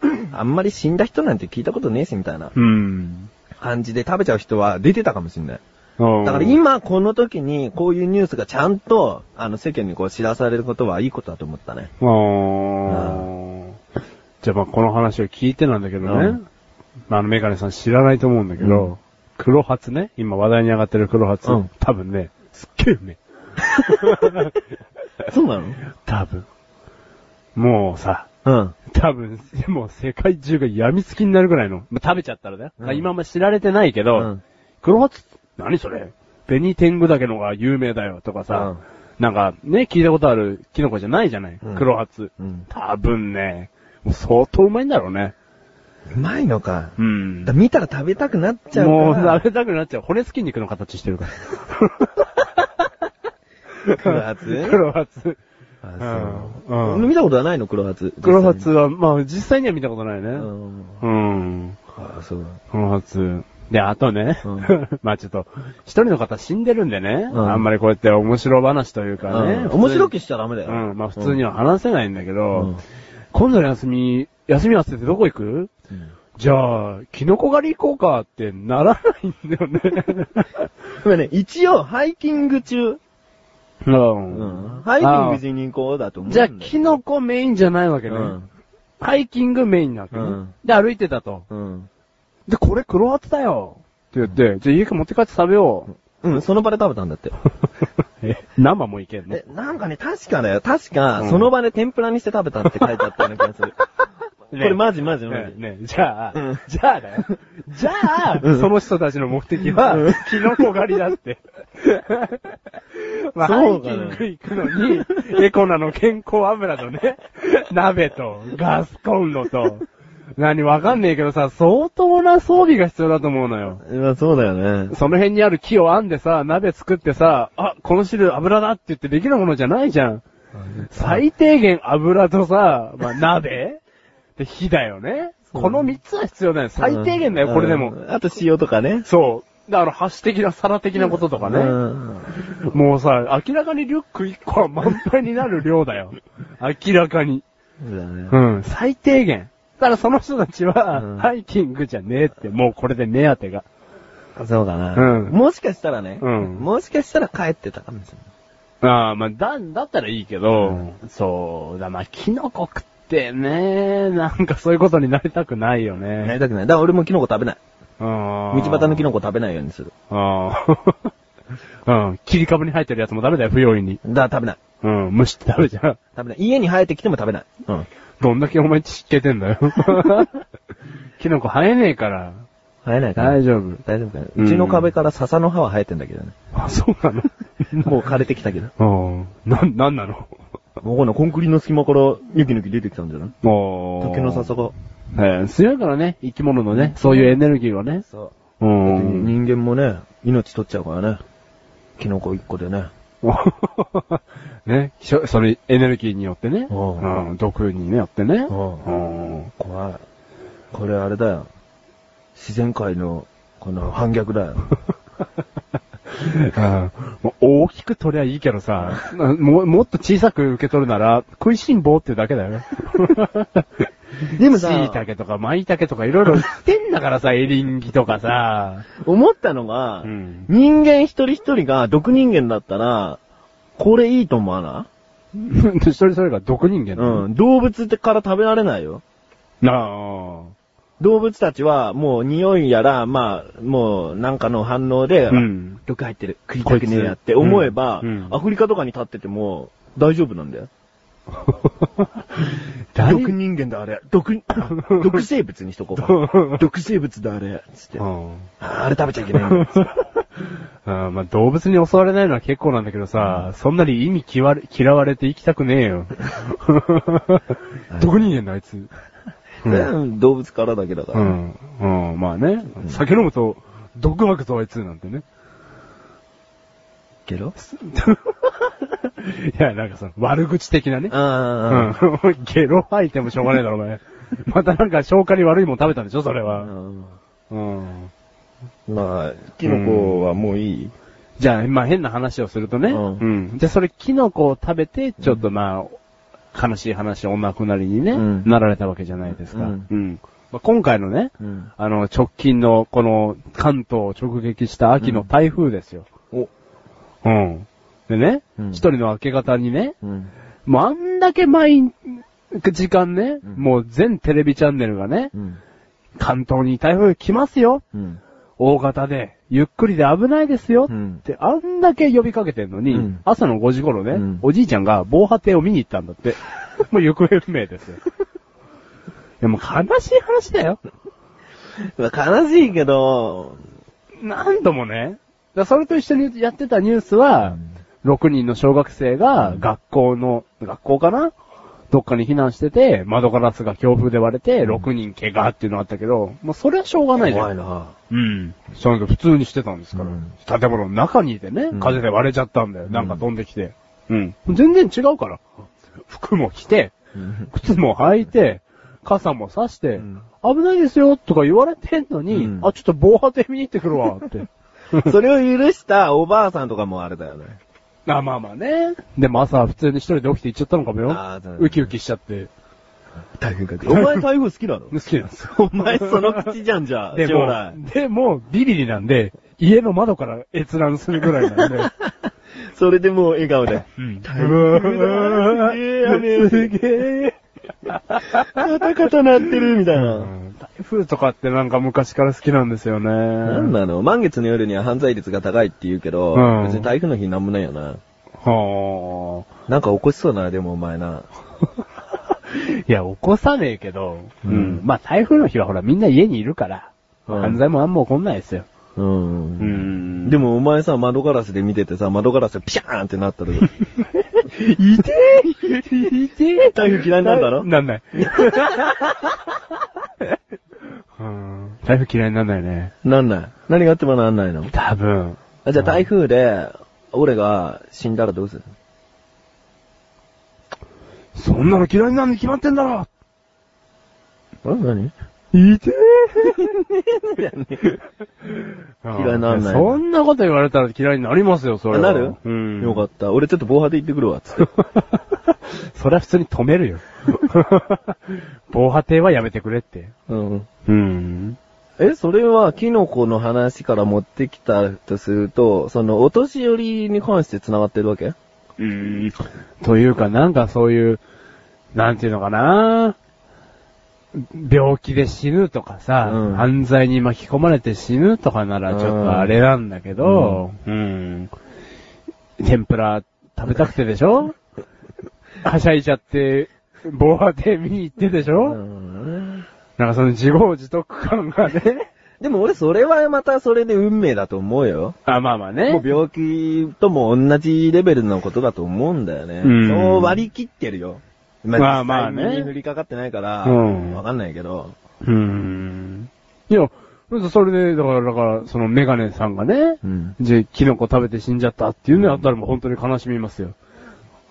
Speaker 2: [CLEARS THROAT] あんまり死んだ人なんて聞いたことねえしみたいな
Speaker 3: うん。
Speaker 2: 感じで食べちゃう人は出てたかもしれない。
Speaker 3: うん
Speaker 2: だから、今この時にこういうニュースがちゃんと、あの世間にこう知らされることはいいことだと思った
Speaker 3: [LAUGHS]
Speaker 2: ね。
Speaker 3: あーじゃあまあこの話を聞いてなんだけどね、
Speaker 2: うん
Speaker 3: あのメガネさん知らないと思うんだけど、
Speaker 2: うん
Speaker 3: 黒髪ね、今話題に上がってる黒髪、
Speaker 2: うん
Speaker 3: 多分ね、すっげえうめえ。
Speaker 2: そうなの
Speaker 3: 多分。もうさ、
Speaker 2: うん。
Speaker 3: [LAUGHS] 多分、もう世界中が病みつきになるぐらいの。まあ食べちゃったらね。
Speaker 2: うん
Speaker 3: 今あんま知られてないけど、
Speaker 2: うん
Speaker 3: 黒髪、何それ紅天狗だけのが有名だよとかさ、なんかね、聞いたことあるキノコじゃないじゃない、
Speaker 2: うん
Speaker 3: 黒髪。
Speaker 2: うん
Speaker 3: 多分ね、もう相当うまいんだろうね。
Speaker 2: うまいのか。
Speaker 3: うん。
Speaker 2: だ見たら食べたくなっちゃうから。
Speaker 3: もう食べたくなっちゃう。骨付き肉の形してるから。
Speaker 2: 黒髪
Speaker 3: [LAUGHS] 黒髪。
Speaker 2: あ
Speaker 3: うん
Speaker 2: そう
Speaker 3: うん
Speaker 2: 見たことはないの黒髪。
Speaker 3: 黒髪は、まあ実際には見たことないね。
Speaker 2: う。
Speaker 3: うんん。
Speaker 2: あそう。
Speaker 3: 黒髪。で、あとね、
Speaker 2: うん
Speaker 3: [LAUGHS] まあちょっと、一人の方死んでるんでね、
Speaker 2: うん
Speaker 3: あんまりこうやって面白話というかね、
Speaker 2: うん面白
Speaker 3: く
Speaker 2: くしちゃダメだよ。
Speaker 3: うん、まあ普通には話せないんだけど、
Speaker 2: うん
Speaker 3: 今度の休み、休み合わせてどこ行く
Speaker 2: うん。
Speaker 3: じゃあ、キノコ狩り行こうかってならないんだよね。
Speaker 2: [LAUGHS] 今ね、一応、ハイキング中。
Speaker 3: うん
Speaker 2: うん。ハイキング中に行こうだと思う。
Speaker 3: じゃあ、キノコメインじゃないわけね。
Speaker 2: うん
Speaker 3: ハイキングメインなわけね。
Speaker 2: うん
Speaker 3: で、歩いてたと。
Speaker 2: うん。
Speaker 3: で、これ黒髪だよって言って、じゃあ家から持って帰って食べよう。
Speaker 2: うん、その場で食べたんだって。
Speaker 3: [LAUGHS] え、生もいけんの
Speaker 2: え、なんかね、確かだよ。確
Speaker 3: う
Speaker 2: か、
Speaker 3: ん
Speaker 2: その場で天ぷらにして食べたって書いてあったような気がす
Speaker 3: [LAUGHS]
Speaker 2: る。これマジマジマ
Speaker 3: ね
Speaker 2: ジ。
Speaker 3: ねじゃあ、
Speaker 2: うん
Speaker 3: じゃ
Speaker 2: [LAUGHS]
Speaker 3: あだよ。じゃあ、その人たちの目的は、キノコ狩り
Speaker 2: [LAUGHS]
Speaker 3: だって。まあ、ハ
Speaker 2: そ
Speaker 3: イ
Speaker 2: うか
Speaker 3: キ
Speaker 2: な
Speaker 3: ング行くのに、エコなの健康油とね、
Speaker 2: [LAUGHS]
Speaker 3: 鍋と、ガスコンロと、何わかんねえけどさ、相当な装備が必要だと思うのよ。
Speaker 2: まあそうだよね。
Speaker 3: その辺にある木を編んでさ、鍋作ってさ、あ、この汁油だって言ってできるものじゃないじゃん。最低限油とさ、まあ、鍋 [LAUGHS] で火だよね。
Speaker 2: そう
Speaker 3: この三つは必要だよ。最低限だよ、
Speaker 2: うん
Speaker 3: これで。
Speaker 2: う
Speaker 3: も。
Speaker 2: んあと塩とかね。
Speaker 3: そう。だから、箸的な皿的なこととか
Speaker 2: う
Speaker 3: ね。
Speaker 2: ん。
Speaker 3: もうさ、明らかにリュック1個は満杯になる量だよ。明らかに。
Speaker 2: そうだね。
Speaker 3: うん、最低限。だからその人たちは、
Speaker 2: うん
Speaker 3: ハイキングじゃねえって、もうこれで目当てが。
Speaker 2: そうだな。
Speaker 3: うん
Speaker 2: もしかしたらね。
Speaker 3: うん
Speaker 2: もしかしたら帰ってたかもしれない。
Speaker 3: ああ、まあ、だ、だったらいいけど、そう、だ、まあ、キノコ食ってね、なんかそういうことになりたくないよ
Speaker 2: なり
Speaker 3: ね。
Speaker 2: たくない。だから俺もキノコ食べない。
Speaker 3: うん
Speaker 2: 道端のキノ
Speaker 3: コ。
Speaker 2: コ食べないようにする。
Speaker 3: [LAUGHS] うん。うん。切り株に入ってるやつもダメだよ、不用意に。
Speaker 2: だから食べない。
Speaker 3: うん、蒸して食べちゃう。
Speaker 2: 食べない。家に生えてきても食べない。うん。
Speaker 3: どんだけお前知っててんだよ。 [LAUGHS] キノコ生えねえから。
Speaker 2: 生えないから。
Speaker 3: 大丈夫。
Speaker 2: 大丈夫かな。
Speaker 3: うん
Speaker 2: うちの壁から笹の葉は生えてんだけどね。
Speaker 3: あ、そうなの
Speaker 2: もう枯れてきたけど。
Speaker 3: うん。なん、なんなの
Speaker 2: わかんない。コンクリの隙間からニョキニョキ出てきたんじゃない
Speaker 3: もう。
Speaker 2: 竹の笹が。
Speaker 3: えー強いからね、生き物のね、そういうエネルギーはね。
Speaker 2: そうう。
Speaker 3: ん。 [LAUGHS]
Speaker 2: 人間もね、命取っちゃうからね。キノコ一個でね。
Speaker 3: ね、ひょそれ、エネルギーによってね。
Speaker 2: うん
Speaker 3: うん毒によってね。
Speaker 2: うん
Speaker 3: うん
Speaker 2: 怖い。これあれだよ。自然界の、この反逆だよ。
Speaker 3: [LAUGHS] うんもう大きく取りゃいいけどさ、ももっと小さく受け取るなら、食いしん坊ってだけだよね。
Speaker 2: [LAUGHS] でもさ
Speaker 3: 椎茸とか舞茸とかいろいろ売ってんだからさ、エリンギとかさ。
Speaker 2: [LAUGHS] 思ったのが、
Speaker 3: うん
Speaker 2: 人間一人一人が毒人間だったら、これいいと思わな
Speaker 3: 一人それが毒人間
Speaker 2: い
Speaker 3: だよ
Speaker 2: うん。動物から食べられないよ。
Speaker 3: な
Speaker 2: 動物たちは、もう匂いやら、まあ、もうなんかの反応で、
Speaker 3: うん
Speaker 2: 毒入ってる、食いたくねえやって思えば、
Speaker 3: こいつうんうん
Speaker 2: アフリカとかに立ってても、大丈夫なんだよ。
Speaker 3: あ。誰 [LAUGHS]
Speaker 2: 毒人間だあれ。毒、毒生物にしとこうか。毒生物だあれ。つって。
Speaker 3: う
Speaker 2: あ
Speaker 3: ん
Speaker 2: あれ食べちゃいけないんだつって。
Speaker 3: あーまあ、動物に襲われないのは結構なんだけどさ、そんなに意味 [LAUGHS] 嫌われ嫌われて生きたくねえよ。毒人間だ、あいつ。
Speaker 2: うん動物からだけだか
Speaker 3: う
Speaker 2: ら。
Speaker 3: ん。うん、まあね。酒飲むと、毒吐くぞあいつなん [LAUGHS] てね。
Speaker 2: ゲロ
Speaker 3: いや、なんかその、悪口的なね。う
Speaker 2: あ
Speaker 3: ん。 [LAUGHS] ゲロ吐いてもしょうがないだろ、お前。またなんか消化に悪いもん食べたんでしょ、それ
Speaker 2: あ、
Speaker 3: は。うん。
Speaker 2: まあ、キノコはもういい。
Speaker 3: じゃあ、まあ変な話をするとね。
Speaker 2: うん
Speaker 3: じゃあ、それ、キノコを食べて、ちょっとまあ、悲しい話、お亡くなりにね、
Speaker 2: うん
Speaker 3: なられたわけじゃないですか。
Speaker 2: うん
Speaker 3: まあ、今回のね、
Speaker 2: うん
Speaker 3: あの、直近の、この、関東を直撃した秋の台風ですよ。
Speaker 2: お、
Speaker 3: うん。でね
Speaker 2: うん、
Speaker 3: 一、人の明け方にね、
Speaker 2: うん。
Speaker 3: もうあんだけ毎時間ね、
Speaker 2: うん
Speaker 3: もう全テレビチャンネルがね
Speaker 2: う、ん。
Speaker 3: 関東に台風来ますよ
Speaker 2: うん。
Speaker 3: 大型で、ゆっくりで危ないですよ、
Speaker 2: うん
Speaker 3: ってあんだけ呼びかけてんのに、
Speaker 2: うん
Speaker 3: 朝の5時頃ね、
Speaker 2: うん
Speaker 3: おじいちゃんが防波堤を見に行ったんだ
Speaker 2: [LAUGHS]
Speaker 3: って。もう行方不明ですよ。いやもう悲しい話だよ。
Speaker 2: まあ悲しいけど、
Speaker 3: 何度もね。だからそれと一緒にやってたニュースは、6人の小学生が学校の、学校かなどっかに避難してて、窓ガラスが強風で割れて、6人怪我っていうのあったけど、もうそれはしょうがないじゃん。
Speaker 2: 怖いな。
Speaker 3: うん。そういうの普通にしてたんですから。
Speaker 2: うん
Speaker 3: 建物の中にいてね
Speaker 2: ん、
Speaker 3: 風で割れちゃったんだよ。なんか飛んできて。うん。全然違うから。服も着て、
Speaker 2: うん
Speaker 3: 靴も履いて、傘も差して、
Speaker 2: ん
Speaker 3: 危ないですよとか言われてんのに、
Speaker 2: うん
Speaker 3: あ、ちょっと防波堤見に行ってくるわ
Speaker 2: [LAUGHS]
Speaker 3: って。
Speaker 2: それを許したおばあさんとかもあれだよね。
Speaker 3: あ、まあまあね。でも朝普通に一人で起きて行っちゃったのかも
Speaker 2: あーそうだ。
Speaker 3: よ
Speaker 2: ね
Speaker 3: ウキウキしちゃって。
Speaker 2: 台風か。お前台風好きなの
Speaker 3: 好きなんですよ。
Speaker 2: お前その口じゃんじゃあ、
Speaker 3: [LAUGHS] で
Speaker 2: 将
Speaker 3: も
Speaker 2: 来。、
Speaker 3: でも、ビビリなんで、家の窓から閲覧するぐらいなんで。
Speaker 2: それでもう笑顔で。
Speaker 3: うん。
Speaker 2: だ
Speaker 3: すげえ。
Speaker 2: カタカタなってるみたいな。
Speaker 3: 台風とかってなんか昔から好きなんですよね。
Speaker 2: なんなの満月の夜には犯罪率が高いって言うけど、
Speaker 3: うん
Speaker 2: 別に台風の日なんもないよな。
Speaker 3: は
Speaker 2: なんか起こしそうだな、でもお前な。
Speaker 3: あ。 [LAUGHS] いや、起こさねえけど、
Speaker 2: う
Speaker 3: うんん。まあ台風の日はほらみんな家にいるから、
Speaker 2: うん
Speaker 3: 犯罪もあんま起こんないですよ。
Speaker 2: うん。
Speaker 3: ん
Speaker 2: で
Speaker 3: でも、
Speaker 2: もお前さ、窓ガラスで見ててさ、窓ガラスピシャーンってなったら、
Speaker 3: いてえいてえ
Speaker 2: 台風嫌いになるだろ
Speaker 3: なんない。 [LAUGHS] うん台風嫌いになんないね。
Speaker 2: [LAUGHS] なんない。何があってもなんないの。
Speaker 3: 多分。
Speaker 2: あじゃあ台風で、俺が死んだらどうする
Speaker 3: そんなの嫌いになるに決まってんだろ
Speaker 2: あ何
Speaker 3: い [LAUGHS] てえ
Speaker 2: 嫌いにならない
Speaker 3: そんなこと言われたら嫌いになりますよ、それ
Speaker 2: あな
Speaker 3: は。
Speaker 2: る
Speaker 3: うん。
Speaker 2: よかった。俺ちょっと防波堤行ってくるわ、つって。
Speaker 3: た。 [LAUGHS] それは普通に止め
Speaker 2: [LAUGHS]
Speaker 3: るよ。防波堤はやめてくれって。
Speaker 2: うん。
Speaker 3: うん。
Speaker 2: え、それは、キノコの話から持ってきたとすると、その、お年寄りに関して繋がってるわけ
Speaker 3: うん。というか、なんかそういう、なんていうのかな病気で死ぬとかさ、
Speaker 2: うん
Speaker 3: 犯罪に巻き込まれて死ぬとかならちょっとあれなんだけど、うん。天ぷら食べたくてでし [LAUGHS] ょはしゃいじゃって、防波堤見に行ってでしょ、
Speaker 2: うん。
Speaker 3: なんかその自業自得感がね。
Speaker 2: でも俺、それはまたそれで運命だと思うよ。
Speaker 3: [LAUGHS] あ、まあまあね。
Speaker 2: もう病気とも同じレベルのことだと思うんだよね。
Speaker 3: うん
Speaker 2: そう割り切ってるよ。
Speaker 3: まあまあね
Speaker 2: 実際に振りかかってないから、
Speaker 3: うん
Speaker 2: わかんないけど。
Speaker 3: うん。いや、それで、だから、だから、そのメガネさんがね、
Speaker 2: うん
Speaker 3: じゃあキノコ食べて死んじゃったっていうのあったらもう本当に悲しみますよ。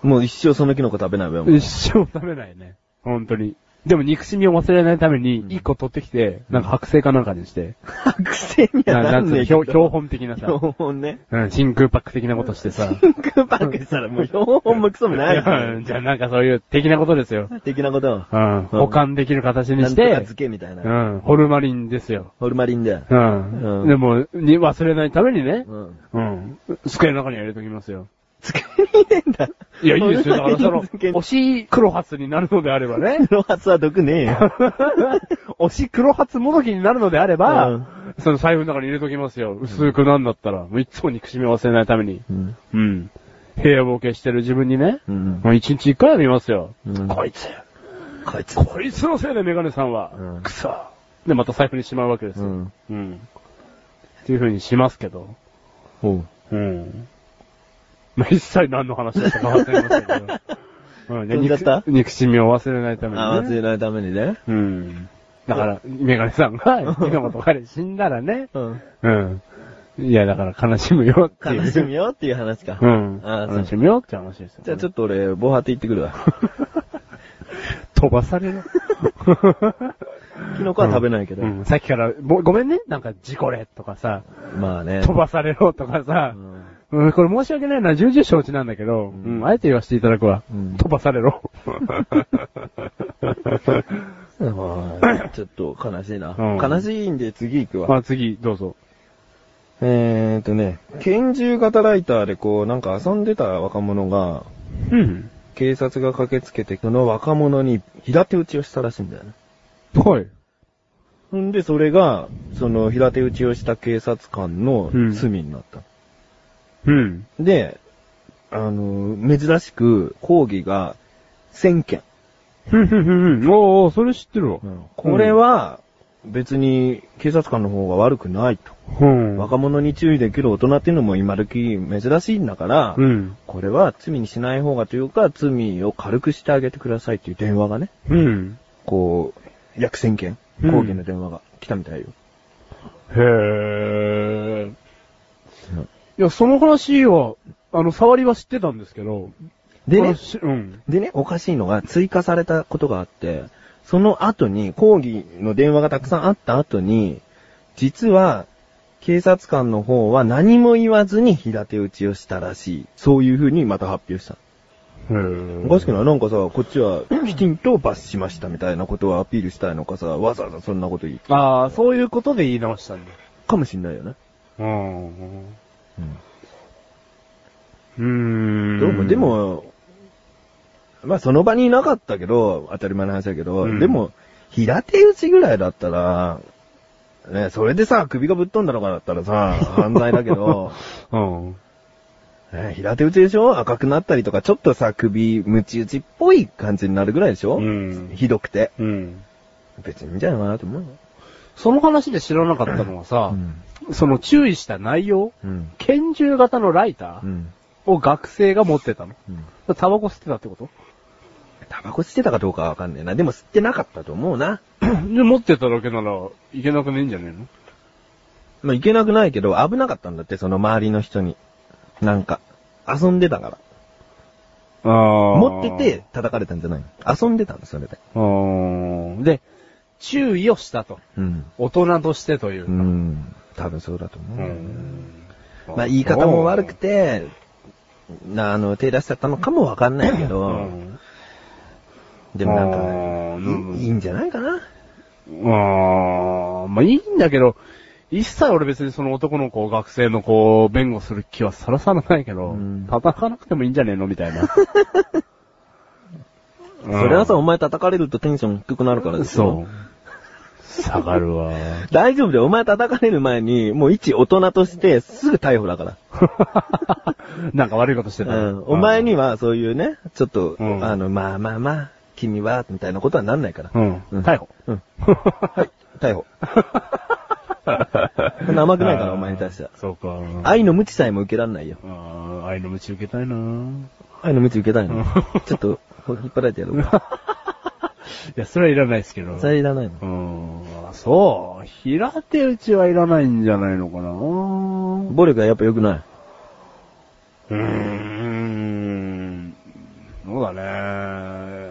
Speaker 2: もう一生そのキノコ食べないわよ。もう
Speaker 3: 一生食べないね。本当に。でも憎しみを忘れないために、一個取ってきて、なんか剥製かなんかにして、
Speaker 2: 白製には
Speaker 3: な
Speaker 2: な
Speaker 3: なん
Speaker 2: ん
Speaker 3: つう
Speaker 2: ね
Speaker 3: の、
Speaker 2: えけど
Speaker 3: 標標本的なさ、
Speaker 2: 標本ね。 [LAUGHS]
Speaker 3: うん、真空パック的なことしてさ、
Speaker 2: ピンクパックしたらもう標本もクソも [LAUGHS] ないじゃ
Speaker 3: うんんじゃあなんかそういう的なことですよ。
Speaker 2: 的なこと。
Speaker 3: うん、保管できる形に
Speaker 2: なん
Speaker 3: し
Speaker 2: とか
Speaker 3: て
Speaker 2: 漬、けみたいな。
Speaker 3: うん、ホルマリンですよ。
Speaker 2: ホルマリンで。
Speaker 3: うん。
Speaker 2: うん
Speaker 3: でも、に忘れないためにね、
Speaker 2: うん。
Speaker 3: うん。机の中には入れときますよ。
Speaker 2: 漬けねえんだ。
Speaker 3: いや、いいですよ。だからその、
Speaker 2: 漬け。
Speaker 3: 推し黒髪になるのであればね
Speaker 2: 黒髪は毒ねえよ。
Speaker 3: [LAUGHS] 推し黒髪もどきになるのであれば、
Speaker 2: うん
Speaker 3: その財布の中に入れときますよ。薄くなんだったら。もういつも憎しみを忘れないために。
Speaker 2: うん。
Speaker 3: うん。平和ボケしてる自分にね。
Speaker 2: うん。
Speaker 3: もう一日一回は見ますよ。
Speaker 2: うん
Speaker 3: こいつ。
Speaker 2: こいつ。
Speaker 3: こいつのせいでメガネさんは。
Speaker 2: うん
Speaker 3: くそ。で、また財布にしまうわけです
Speaker 2: う
Speaker 3: よ。
Speaker 2: ん。
Speaker 3: うん。っていう風にしますけど。
Speaker 2: ほう。
Speaker 3: うん。まあ、一切何の話だったかわかりませんけど。
Speaker 2: [LAUGHS]
Speaker 3: うん、
Speaker 2: 飛んじゃった
Speaker 3: 憎憎しみを忘れないために、ね。
Speaker 2: あ、忘れないためにね。
Speaker 3: うん。だから、メガネさんが、今本と彼死んだらね、
Speaker 2: うん。
Speaker 3: うん。いや、だから悲しむよっていう。
Speaker 2: 悲しむよっていう話か。
Speaker 3: うん。
Speaker 2: あーそう
Speaker 3: 悲しむよって話ですよ。
Speaker 2: じゃあちょっと俺、防波堤行ってくるわ。
Speaker 3: 飛ばさ
Speaker 2: [LAUGHS]
Speaker 3: れる。
Speaker 2: キノコは食べないけど。
Speaker 3: うん、さっきから、ぼごめんね、なんか事故れとかさ、
Speaker 2: まあね。
Speaker 3: 飛ばされろとかさ、
Speaker 2: うん
Speaker 3: うん、これ申し訳ないのは重々承知なんだけど、うん、あえて言わせていただくわ。
Speaker 2: うん
Speaker 3: 飛ばさ
Speaker 2: [LAUGHS]
Speaker 3: れろ。 [LAUGHS]
Speaker 2: うんちょっと悲しいな。
Speaker 3: うん
Speaker 2: 悲しいんで次行くわ。
Speaker 3: まあ次、どうぞ。
Speaker 2: えーっとね、拳銃型ライターでこう、なんか遊んでた若者が、
Speaker 3: うん。
Speaker 2: 警察が駆けつけて、その若者に平手打ちをしたらしいんだよね。
Speaker 3: ぽい。
Speaker 2: んで、それが、その平手打ちをした警察官の罪になった。
Speaker 3: うん。
Speaker 2: で、あの、珍しく抗議が1000件。
Speaker 3: ふんふんふんふん。おーおーそれ知ってるわ。
Speaker 2: これは、別に警察官の方が悪くないと。
Speaker 3: うん。
Speaker 2: 若者に注意できる大人っていうのも今時珍しいんだから、
Speaker 3: うん。
Speaker 2: これは罪にしない方がというか、罪を軽くしてあげてくださいっていう電話がね、
Speaker 3: うん。
Speaker 2: こう、約1000件、
Speaker 3: うん
Speaker 2: 抗議の電話が来たみたいよ。
Speaker 3: へー。いや、その話は、あの、触りは知ってたんですけど。
Speaker 2: で
Speaker 3: あの
Speaker 2: ね、
Speaker 3: しうん。
Speaker 2: でね、おかしいのが追加されたことがあって、その後に、抗議の電話がたくさんあった後に、実は、警察官の方は何も言わずに平手打ちをしたらしい。そういう風にまた発表した。
Speaker 3: へー
Speaker 2: おかしくないなんかさ、こっちはきちんと罰しましたみたいなことをアピールしたいのかさ、わざわざそんなこと言う
Speaker 3: ああ、そういうことで言い直したんだ。
Speaker 2: かもしんないよね。
Speaker 3: うん。うん。
Speaker 2: どうも、で、も、まあその場にいなかったけど、当たり前の話だけど、
Speaker 3: うん
Speaker 2: でも、平手打ちぐらいだったら、ね、それでさ、首がぶっ飛んだのかだったらさ、犯罪だけ
Speaker 3: [LAUGHS]
Speaker 2: ど、
Speaker 3: うん。
Speaker 2: ね平手打ちでしょ赤くなったりとか、ちょっとさ、首、ムチ打ちっぽい感じになるぐらいでしょ、
Speaker 3: うん
Speaker 2: ひどくて。
Speaker 3: うん。
Speaker 2: 別にいいんじゃないかなと思うよ。
Speaker 3: その話で知らなかったのはさ、その注意した内容、
Speaker 2: うん。
Speaker 3: 拳銃型のライタ
Speaker 2: う
Speaker 3: ー
Speaker 2: ん。
Speaker 3: を学生が持ってたの。
Speaker 2: うん。
Speaker 3: タバコ吸ってたってこと
Speaker 2: タバコ吸ってたかどうかはわかんねえな。でも吸ってなかったと思うな。
Speaker 3: [LAUGHS] で、持ってただけなら、いけなくねえんじゃねえの
Speaker 2: まあ、いけなくないけど、危なかったんだって、その周りの人に。なんか、遊んでたから。
Speaker 3: あ
Speaker 2: 持ってて、叩かれたんじゃないの遊んでたんだ、それで。
Speaker 3: うん。で、注意をしたと。
Speaker 2: うん。
Speaker 3: 大人としてという
Speaker 2: う
Speaker 3: か。
Speaker 2: ん。多分そうだと思う。
Speaker 3: うん
Speaker 2: まあ、言い方も悪くて、な、あの、手出しちゃったのかもわかんないけ
Speaker 3: う
Speaker 2: ど、
Speaker 3: ん。
Speaker 2: でもな
Speaker 3: あ
Speaker 2: ん
Speaker 3: ー
Speaker 2: か、いいいんじゃないかな。
Speaker 3: あー、まあいいんだけど、一切俺別にその男の子を学生の子を弁護する気はさらさらないけど、
Speaker 2: うん
Speaker 3: 叩かなくてもいいんじゃねえの
Speaker 2: [LAUGHS]
Speaker 3: みたいな。
Speaker 2: それはさ、お前叩かれるとテンション低くなるから
Speaker 3: うん、
Speaker 2: でしょ
Speaker 3: そう。下がるわ。
Speaker 2: 大丈夫だよ。お前叩かれる前に、もう一大人として、すぐ逮捕だから。
Speaker 3: [LAUGHS] なんか悪いことして
Speaker 2: う
Speaker 3: た。
Speaker 2: ん。お前には、そういうね、ちょっと、
Speaker 3: うん
Speaker 2: あの、まあまあまあ、君は、みたいなことはなんないから。
Speaker 3: うん。
Speaker 2: うん
Speaker 3: 逮捕。
Speaker 2: うん。はい、逮捕。そんな甘くないから、お前に対しては。
Speaker 3: そうか。
Speaker 2: 愛の無知さえも受けらんないよ。
Speaker 3: あー愛の無知受けたいな [LAUGHS] ぁ。
Speaker 2: 愛の無知受けたいの
Speaker 3: うん。
Speaker 2: ちょっと、こう引っ張られてやろうか。
Speaker 3: いや、それはいらないですけど。
Speaker 2: それいらないの
Speaker 3: う。ん、あそう。平手打ちはいらないんじゃないのかな
Speaker 2: 暴力はやっぱ良くない。
Speaker 3: うーん。そうだね。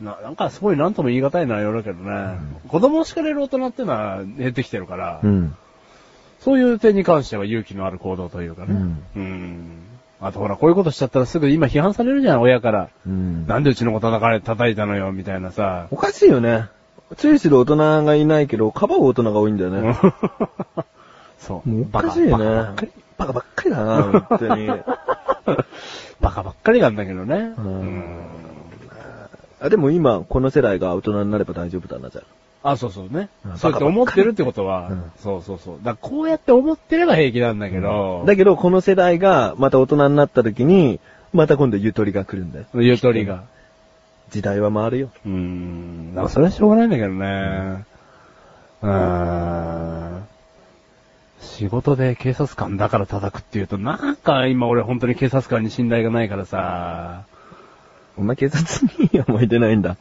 Speaker 3: な、なんかすごいなんとも言い難い内容だけどね。子供を叱れる大人ってのは減ってきてるから、
Speaker 2: うん。
Speaker 3: そういう点に関しては勇気のある行動というかね。うん。あとほら、こういうことしちゃったらすぐ今批判されるじゃん、親から。
Speaker 2: うん。
Speaker 3: なんでうちの子叩かれ、叩いたのよ、みたいなさ。
Speaker 2: おかしいよね。注意する大人がいないけど、かばう大人が多いんだよね。
Speaker 3: [LAUGHS] そう。
Speaker 2: もうお
Speaker 3: バカ
Speaker 2: かしいよ
Speaker 3: バカばっ
Speaker 2: ね
Speaker 3: かり。
Speaker 2: バカばっかりだな、本当
Speaker 3: [LAUGHS]
Speaker 2: に。
Speaker 3: バカばっかりなんだけどね。
Speaker 2: う
Speaker 3: うんん
Speaker 2: あ、でも今、この世代が大人になれば大丈夫だな、じゃ
Speaker 3: あ、そうそうね
Speaker 2: う。ん
Speaker 3: そうやって思ってるってこと
Speaker 2: バカ
Speaker 3: は
Speaker 2: ばっか、
Speaker 3: そうそうそう。だからこうやって思ってれば平気なんだけ
Speaker 2: あ
Speaker 3: ど、
Speaker 2: だけど、この世代が、また大人になった時に、また今度ゆとりが来るんだよ。
Speaker 3: 言う通りが。
Speaker 2: 時代は回るよ。
Speaker 3: うーん。だからそれはしょうがないんだけどね。うーん。仕事で警察官だから叩くっていうと、なんか今俺本当に警察官に信頼がないからさ、
Speaker 2: お前警察にいい思い出ないんだ。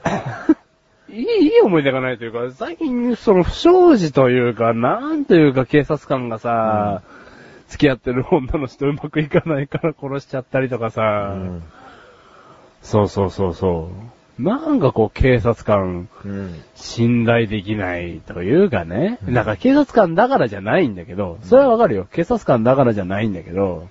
Speaker 3: いい、いい思い出がないというか、最近、その不祥事というか、なんというか警察官がさ、付き合ってる女の人うまくいかないから殺しちゃったりとか
Speaker 2: う
Speaker 3: さ、
Speaker 2: ん。
Speaker 3: そうそうそうそう。なんかこう警察官、
Speaker 2: うん。
Speaker 3: 信頼できないというかね。なんか警察官だからじゃないんだけど、それはわかるよ。警察官だからじゃないんだけど、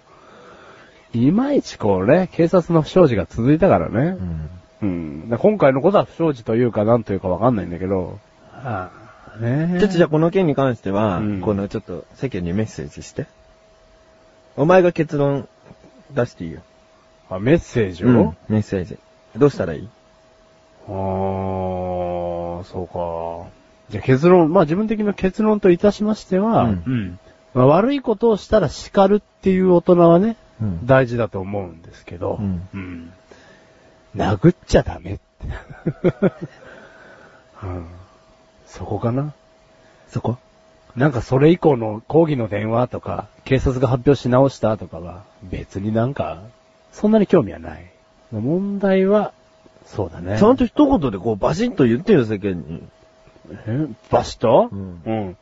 Speaker 3: いまいちこうね、警察の不祥事が続いたから
Speaker 2: う
Speaker 3: ね。
Speaker 2: ん。
Speaker 3: うん。だから今回のことは不祥事というかなんというかわかんないんだけど。ああ、ね
Speaker 2: ちょっとじゃあこの件に関しては、
Speaker 3: うん
Speaker 2: このちょっと世間にメッセージして。お前が結論出していいよ。
Speaker 3: あ、メッセージ
Speaker 2: う
Speaker 3: を
Speaker 2: ん、メッセージ。どうしたらいい
Speaker 3: ああ、そうか。じゃあ結論、まあ自分的な結論といたしましては、
Speaker 2: うん
Speaker 3: まあ、悪いことをしたら叱るっていう大人はね、
Speaker 2: うん
Speaker 3: 大事だと思うんですけど、
Speaker 2: うん
Speaker 3: うん殴っちゃダメって、 [LAUGHS] うんそこかな。
Speaker 2: そこ
Speaker 3: なんかそれ以降の抗議の電話とか、警察が発表し直したとかは、別になんか、そんなに興味はない。問題は、そうだね。
Speaker 2: ちゃんと一言でこうバシッと言ってよ、世間に。
Speaker 3: えバシッと
Speaker 2: うん
Speaker 3: うん。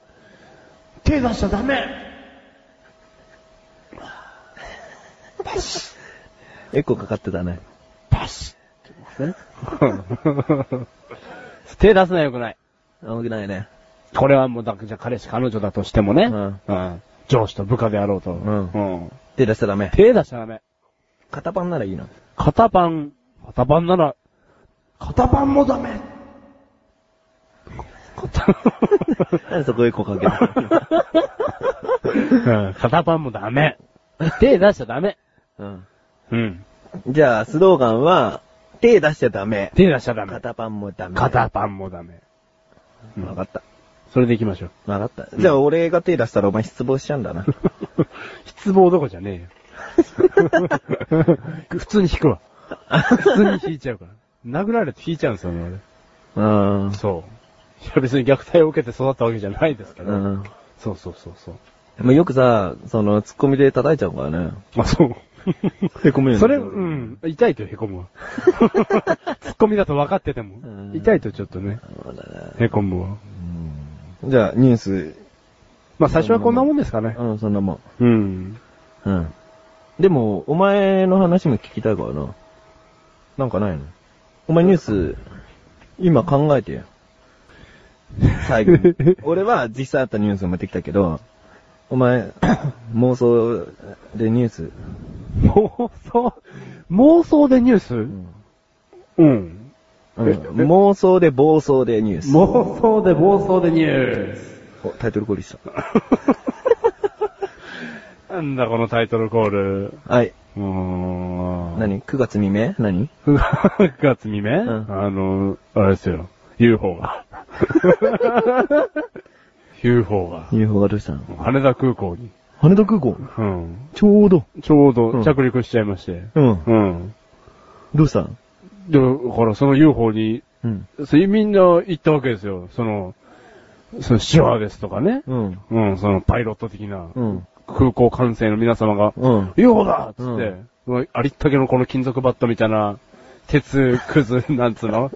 Speaker 3: 手出しちゃダメバシ
Speaker 2: エコーかかってたね。
Speaker 3: ッバシッね [LAUGHS] 手出すのは良くない。
Speaker 2: 甘くないね。
Speaker 3: これはもうだ、じゃあ彼氏彼女だとしてもね。
Speaker 2: うん
Speaker 3: うん上司と部下であろうと。
Speaker 2: ん
Speaker 3: うん
Speaker 2: 手出しちゃダメ。
Speaker 3: 手出しちゃダメ。
Speaker 2: 片パンならいいの。
Speaker 3: 肩パン。肩パンなら、肩パンもダメ肩、
Speaker 2: なんでそこエコーかけた
Speaker 3: うん肩パンもダ [LAUGHS] メ。手出しちゃダメ。
Speaker 2: [LAUGHS] うん。
Speaker 3: うん。
Speaker 2: じゃあ、スローガンは、手出しちゃダメ。
Speaker 3: 手出しちゃダメ。
Speaker 2: 片パンもダメ。
Speaker 3: 肩パンもダメ。うん
Speaker 2: わかった。
Speaker 3: それで行きましょう。
Speaker 2: わかった。じゃあ、俺が手出したらお前失望しちゃうんだな。
Speaker 3: [LAUGHS] 失望どこじゃねえよ。 [LAUGHS] 普通に引くわ。普通に引いちゃうから。殴られて引いちゃうんですよね、
Speaker 2: うん
Speaker 3: 俺。。そう。いや別に虐待を受けて育ったわけじゃないですけど。
Speaker 2: うん。
Speaker 3: そうそうそうそう。
Speaker 2: まあ、よくさ、その、ツッコミで叩いちゃうからね。
Speaker 3: ま
Speaker 2: [LAUGHS]
Speaker 3: あそう。
Speaker 2: へこむよね
Speaker 3: それ、うん。痛いと凹
Speaker 2: [LAUGHS]
Speaker 3: むわ。ツッコミだと分かってても。
Speaker 2: うん
Speaker 3: 痛いとちょっとね、
Speaker 2: そうだね。
Speaker 3: 凹むわ。
Speaker 2: じゃあ、ニュース、
Speaker 3: まあ最初はこんなもんですかね。
Speaker 2: うん、そんなもん。
Speaker 3: うん。
Speaker 2: うん。でも、お前の話も聞きたいからな。なんかないのお前ニュース、今考えてよ。最後 [LAUGHS] に。俺は実際あったニュースを持ってきたけど、お前、妄想でニュース。
Speaker 3: 妄想、妄想でニュースうん。
Speaker 2: うん妄想で暴走でニュース。
Speaker 3: 妄想で暴走でニュース。
Speaker 2: おタイトルコールした。
Speaker 3: なんだこのタイトルコール。
Speaker 2: はい。
Speaker 3: うーん。
Speaker 2: 何 ?9 月未明何
Speaker 3: ?9 月未明、
Speaker 2: ん
Speaker 3: あの、あれですよ。UFO [LAUGHS] が。UFO が。
Speaker 2: ?UFO がどうしたの
Speaker 3: 羽田空港に。
Speaker 2: 羽田空港
Speaker 3: うん。
Speaker 2: ちょうど。
Speaker 3: ちょう
Speaker 2: う
Speaker 3: ど
Speaker 2: ん
Speaker 3: 着陸しちゃいまして。
Speaker 2: うん。
Speaker 3: うん。
Speaker 2: どうしたの
Speaker 3: で、だからその UFO に、
Speaker 2: うん。
Speaker 3: そういうみんな行ったわけですよ。その、そのシュワーですとかね。
Speaker 2: うん。
Speaker 3: うん、そのパイロット的な、
Speaker 2: うん。
Speaker 3: 空港管制の皆様が、
Speaker 2: うん。
Speaker 3: UFO だっつって、うわありったけのこの金属バットみたいな、鉄くず、なんつう
Speaker 2: [LAUGHS]
Speaker 3: の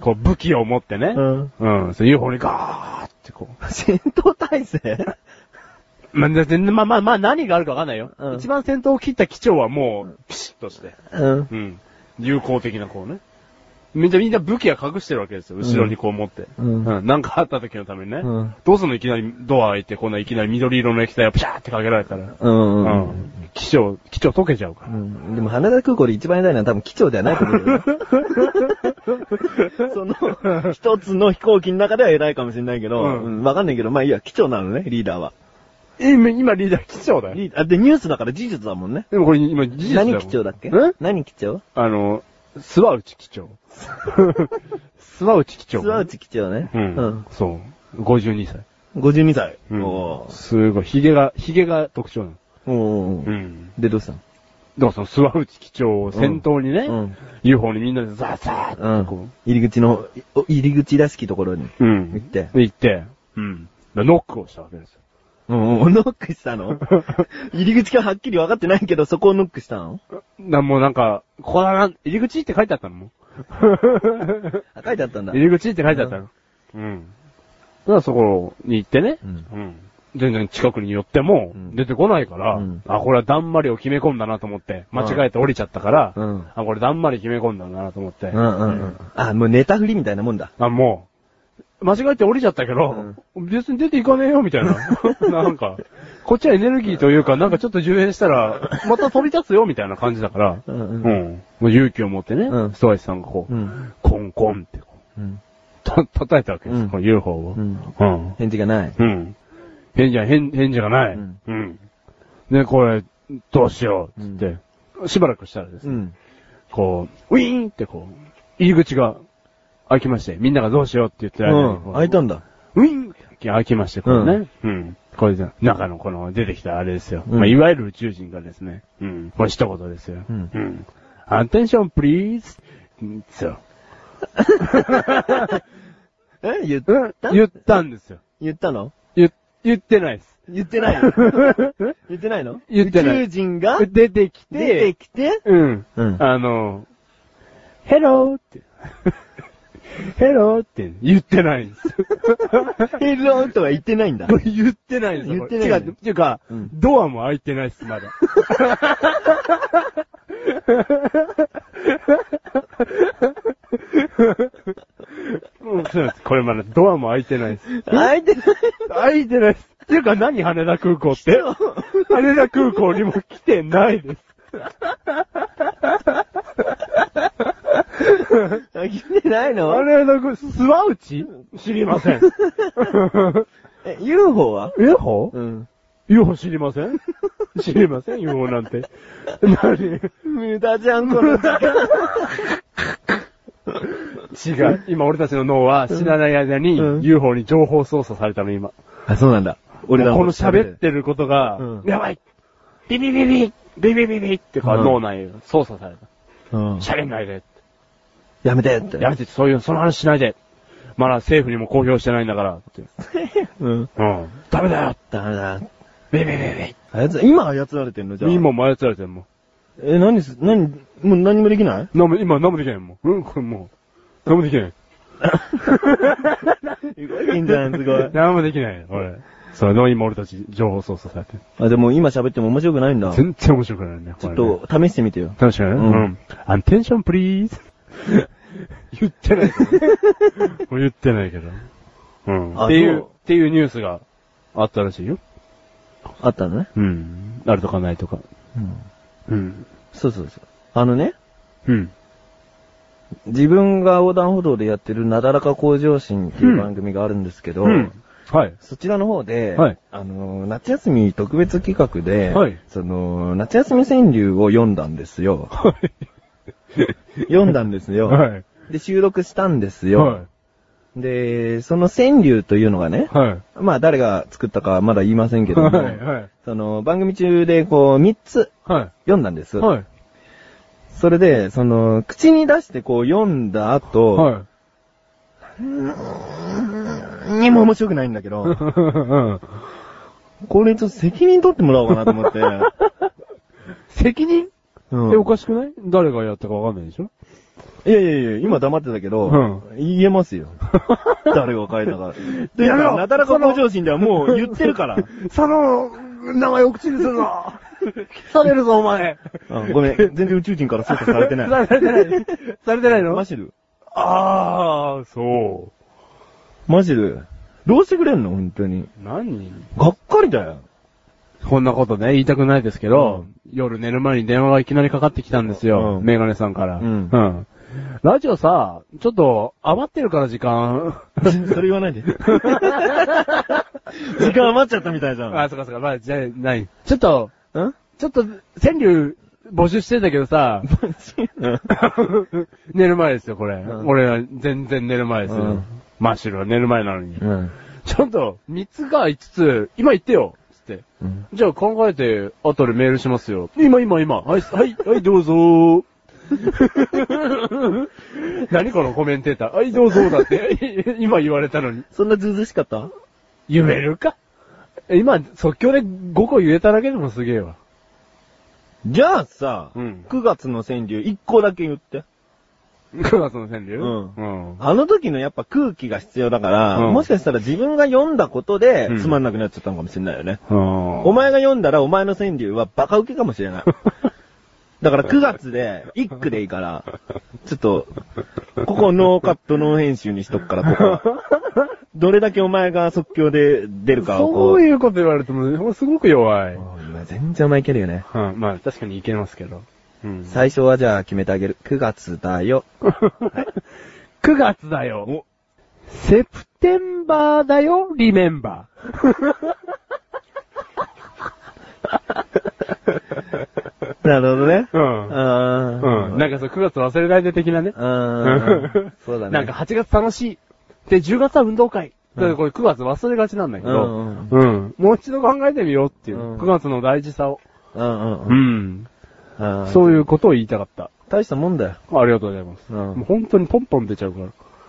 Speaker 3: こう武器を持ってね、
Speaker 2: うん。
Speaker 3: うん、そう UFO にガーってこ
Speaker 2: 戦闘体制
Speaker 3: う。まあ、全然まあまあまあ何があるかわかんないよ。
Speaker 2: うん
Speaker 3: 一番先頭を切った機長はもう、ピシッとして、
Speaker 2: うん。
Speaker 3: うん、友好的なこうね。みんな、みんな武器は隠してるわけですよ。後ろにこう持って。
Speaker 2: うん
Speaker 3: うん。なんかあった時のためにね。
Speaker 2: うん
Speaker 3: どうすんのいきなりドア開いて、こんないきなり緑色の液体をピシャーってかけられたら。
Speaker 2: うん。
Speaker 3: う
Speaker 2: うん
Speaker 3: ん。気象、気象溶けちゃうから。
Speaker 2: でも、羽田空港で一番偉いのは多分機長ではないと思 [LAUGHS] うけどねその、一つの飛行機の中では偉いかもしれないけど、
Speaker 3: う
Speaker 2: うんんわかんないけど、まあいいや、機長なのね、リーダーは。
Speaker 3: え、今今リーダー気象だよ。
Speaker 2: リーあ、で、ニュースだから事実だもんね。
Speaker 3: でもこれ今事実だよ。
Speaker 2: 何機長だっけ
Speaker 3: え
Speaker 2: 何機長
Speaker 3: あの、諏訪内機
Speaker 2: [LAUGHS]
Speaker 3: 長。諏訪内機長。
Speaker 2: 諏訪内機長ね。
Speaker 3: うん。そう。52歳。
Speaker 2: うん。52歳。
Speaker 3: うん
Speaker 2: おー
Speaker 3: すごい。髭が、髭が特徴なの。
Speaker 2: おー
Speaker 3: ん。
Speaker 2: で、どうしたの
Speaker 3: だからその諏訪内機長を先頭にね、
Speaker 2: うんうん
Speaker 3: UFO にみんなでザーザー
Speaker 2: う
Speaker 3: ってこ
Speaker 2: ん。入り口の、いお入り口らしきところに。
Speaker 3: う。う
Speaker 2: 行って
Speaker 3: 行って。うん。だからノックをしたわけですよ。
Speaker 2: うん、ノッ [LAUGHS] クしたの入り口がはっきり分かってないけど、そこをノックしたの
Speaker 3: なんもなんか、ここだな、入り口って書いてあったのもう
Speaker 2: あ書いてあったんだ。
Speaker 3: 入り口って書いてあったの。うん。だからそこに行ってね、
Speaker 2: うん
Speaker 3: うん全然近くに寄っても
Speaker 2: うん
Speaker 3: 出てこないから、
Speaker 2: うん
Speaker 3: あ、これはだんまりを決め込んだなと思って、間違えて降りちゃったから、
Speaker 2: うん
Speaker 3: あ、これだんまり決め込んだんだなと思って、
Speaker 2: うんうんうん。あ、もうネタ振りみたいなもんだ。
Speaker 3: あ、もう、間違えて降りちゃったけど、別に出ていかねえよ、
Speaker 2: [LAUGHS]
Speaker 3: みたいな。なんか、こっちはエネルギーというか、なんかちょっと充電したら、また飛び立つよ、みたいな感じだから、
Speaker 2: うんう
Speaker 3: うんん。もう勇気を持ってね、
Speaker 2: うん
Speaker 3: ストアイスさんがこう、
Speaker 2: うん
Speaker 3: コンコンってこう、
Speaker 2: うん。
Speaker 3: た、叩いたわけです、
Speaker 2: うん
Speaker 3: この UFO を。
Speaker 2: う
Speaker 3: うん。
Speaker 2: ん。
Speaker 3: うん。
Speaker 2: 返事がない。
Speaker 3: 返事は、返返事がない。
Speaker 2: う
Speaker 3: うんん。で、これ、どうしよう、つって、しばらくしたらです
Speaker 2: う
Speaker 3: ね、
Speaker 2: ん。
Speaker 3: こう、ウィーンってこう、入り口が開きまして、みんながどうしようって言ってる間にこ
Speaker 2: うん。開いたんだ。
Speaker 3: ウィンって開きまして、これね。うん。これで、中のこの出てきたあれですよ。
Speaker 2: うん
Speaker 3: まあ、いわゆる宇宙人がですね。うん。これ一言ですよ。
Speaker 2: うん
Speaker 3: うん。アンテンション、プリーズ。そう。
Speaker 2: え言っ
Speaker 3: うん
Speaker 2: た
Speaker 3: 言ったんですよ。
Speaker 2: 言ったの
Speaker 3: 言、言ってな
Speaker 2: [LAUGHS]
Speaker 3: いです。
Speaker 2: 言ってない。言ってないの
Speaker 3: 言ってない
Speaker 2: 宇宙人が
Speaker 3: 出てきて、
Speaker 2: 出てきて、
Speaker 3: うん。
Speaker 2: うん
Speaker 3: あの、ヘローって。 [LAUGHS] ヘローって言ってないん
Speaker 2: [LAUGHS]
Speaker 3: です。
Speaker 2: ヘローとは言ってないんだ
Speaker 3: こ。れ言ってないんですよ。
Speaker 2: 言ってない
Speaker 3: 違う、っていうか、
Speaker 2: うん
Speaker 3: ドアも開いてないっす、まだ。 [LAUGHS] うん、そうなんです。これまだドアも開いてないっす。
Speaker 2: 開いてない。
Speaker 3: 開いてないっす。っていうか何羽田空港って羽田空港にも来てないです。
Speaker 2: 開いてないの
Speaker 3: 羽田空、スワウチ知りません。
Speaker 2: え、UFO は
Speaker 3: UFO?
Speaker 2: うん。
Speaker 3: UFO 知りません知りません ?UFO なんて。何
Speaker 2: 無駄じゃん、この時間。
Speaker 3: 違う。今俺たちの脳は知らない間に
Speaker 2: うん
Speaker 3: UFO に情報操作されたの今。
Speaker 2: [LAUGHS] あ、そうなんだ。俺ら
Speaker 3: もうこの喋っ。てることが
Speaker 2: うん、
Speaker 3: やばいビビビビビビビビってこう
Speaker 2: うん
Speaker 3: 脳内を操作された。
Speaker 2: うん。
Speaker 3: 喋んないで。
Speaker 2: やめてって。
Speaker 3: やめて、そういう、その話しないで。まだ政府にも公表してないんだから。って
Speaker 2: うん。
Speaker 3: うん。ダメだよ
Speaker 2: ダメだ。
Speaker 3: ビビビ
Speaker 2: 操、今操られてんのじゃあ。
Speaker 3: ビ今。も操られてるもん。
Speaker 2: え、何す、何、もう何もできない
Speaker 3: 飲む、今飲むできないもん。うん、これもう。飲むできない。
Speaker 2: すご [LAUGHS] い、いいんじゃないす [LAUGHS] ごい。
Speaker 3: 何もできない。俺。それの今俺たち情報操作されてる。
Speaker 2: あ、でも今喋っても面白くないんだ。ち
Speaker 3: 全然面白くないね。
Speaker 2: ょっ
Speaker 3: これね
Speaker 2: と、試してみてよ。
Speaker 3: 確かにね。
Speaker 2: う
Speaker 3: うんん。アンテンションプリー [LAUGHS] ズ。言ってない。もう言ってないけど。うん。
Speaker 2: あ
Speaker 3: ってい
Speaker 2: そう
Speaker 3: う、っていうニュースがあったらしいよ。
Speaker 2: あったのね。
Speaker 3: うん。あるとかないとか。
Speaker 2: うん。
Speaker 3: うん。
Speaker 2: そうそうそう。あのね、
Speaker 3: うん。
Speaker 2: 自分が横断歩道でやってるなだらか向上心っていう番組があるんですけど、
Speaker 3: うん。はい。
Speaker 2: そちらの方で、
Speaker 3: はい
Speaker 2: あの、夏休み特別企画で、
Speaker 3: はい
Speaker 2: その、夏休み川柳を読んだんですよ。
Speaker 3: [LAUGHS] はい。
Speaker 2: [LAUGHS] 読んだんですよ。
Speaker 3: はい。
Speaker 2: で、収録したんですよ。
Speaker 3: は
Speaker 2: で、その川柳というのがね
Speaker 3: い。、はい。
Speaker 2: まあ誰が作ったかはまだ言いませんけども、
Speaker 3: はい。はい。
Speaker 2: その番組中でこう3つ
Speaker 3: は
Speaker 2: 読んだんです。
Speaker 3: い。はい。
Speaker 2: それで、その、口に出してこう読んだ後、
Speaker 3: はい。
Speaker 2: にも面白くないんだけど、
Speaker 3: [LAUGHS]
Speaker 2: これちょっと責任取ってもらおうかなと思
Speaker 3: [LAUGHS]
Speaker 2: って。
Speaker 3: 責任
Speaker 2: うん
Speaker 3: え、おかしくない誰がやったかわかんないでしょ
Speaker 2: いやいやいや、今黙ってたけど、
Speaker 3: う
Speaker 2: 言えます
Speaker 3: [LAUGHS]
Speaker 2: よ。誰が書いたか。で、
Speaker 3: やめろ
Speaker 2: なだらか向上心ではもう言ってるから。
Speaker 3: その、名前を口にするぞされるぞ、お前
Speaker 2: うんごめん、全然宇宙人から操作されてない。
Speaker 3: されてない。されてないの
Speaker 2: マシル。
Speaker 3: あー、そう。
Speaker 2: マシル。どうしてくれんの本当に。
Speaker 3: 何
Speaker 2: がっかりだよ。
Speaker 3: こんなことね、言いたくないですけど、夜寝る前に電話がいきなりかかってきたんですよ。
Speaker 2: うん
Speaker 3: メガネさんから。
Speaker 2: うん
Speaker 3: うん。ラジオさ、ちょっと余ってるから時間。
Speaker 2: [LAUGHS] それ言わ [LAUGHS] ないで。時間余っちゃったみたいじゃん。
Speaker 3: あ、そっかそっか、まあ、じゃあ、ない。ちょっと、
Speaker 2: ん
Speaker 3: ちょっと、川柳募集してたけどさ、
Speaker 2: うん
Speaker 3: 寝る前ですよ、これ。
Speaker 2: ん
Speaker 3: 俺は全然寝る前ですよ。
Speaker 2: うん
Speaker 3: マッシュルは寝る前なのに。
Speaker 2: うん。
Speaker 3: ちょっと、3つか5つ、今言ってよつって。
Speaker 2: うん。
Speaker 3: じゃあ考えて、後でメールしますよ。今今今。はい、はい、はい、どうぞー。 [LAUGHS] 何このコメンテーター。はい、どうぞーだって。 [LAUGHS] 今言われたのに。
Speaker 2: そんなずうずうしかった
Speaker 3: 言えるか今、即興で5個言えただけでもすげえわ。
Speaker 2: じゃあさ、
Speaker 3: うん
Speaker 2: 9月の川柳1個だけ言って。
Speaker 3: 9月の川柳
Speaker 2: うん
Speaker 3: うん。
Speaker 2: あの時のやっぱ空気が必要だから、
Speaker 3: うん
Speaker 2: もしかしたら自分が読んだことで
Speaker 3: うん
Speaker 2: つまんなくなっちゃったのかもしれないよね。
Speaker 3: お
Speaker 2: お前が読んだらお前の川柳はバカウケかもしれない。だから9月で一句でいいから、ちょっと、ここノーカットノー編集にしとくから、ここ。どれだけお前が即興で出るかをこ。
Speaker 3: そうういうこと言われても、もうすごく弱い。
Speaker 2: 今全然お前いけるよね。
Speaker 3: うん、まあ確かにいけますけど。うん。 [LAUGHS]
Speaker 2: 最初はじゃあ決めてあげる。9月だよ。
Speaker 3: 9月だよ。セプテンバーだよ、リメンバ
Speaker 2: なるほどね。
Speaker 3: ー。うん。
Speaker 2: あー
Speaker 3: うん。なんかそう、9月忘れないで的なね。
Speaker 2: あーそうだね。
Speaker 3: なんか、8月楽しい。で、10月は運動会。だからこれ9月忘れがちなんだけ
Speaker 2: うん
Speaker 3: ど、うん。もう一度考えてみようっていう。
Speaker 2: うん
Speaker 3: 9月の大事さを。
Speaker 2: うんうん
Speaker 3: う
Speaker 2: うん。
Speaker 3: ん。
Speaker 2: あー
Speaker 3: そういうことを言いたかった。
Speaker 2: 大したもんだよ。
Speaker 3: ありがとうございます。
Speaker 2: うん
Speaker 3: もう本当にポンポン出ちゃうから。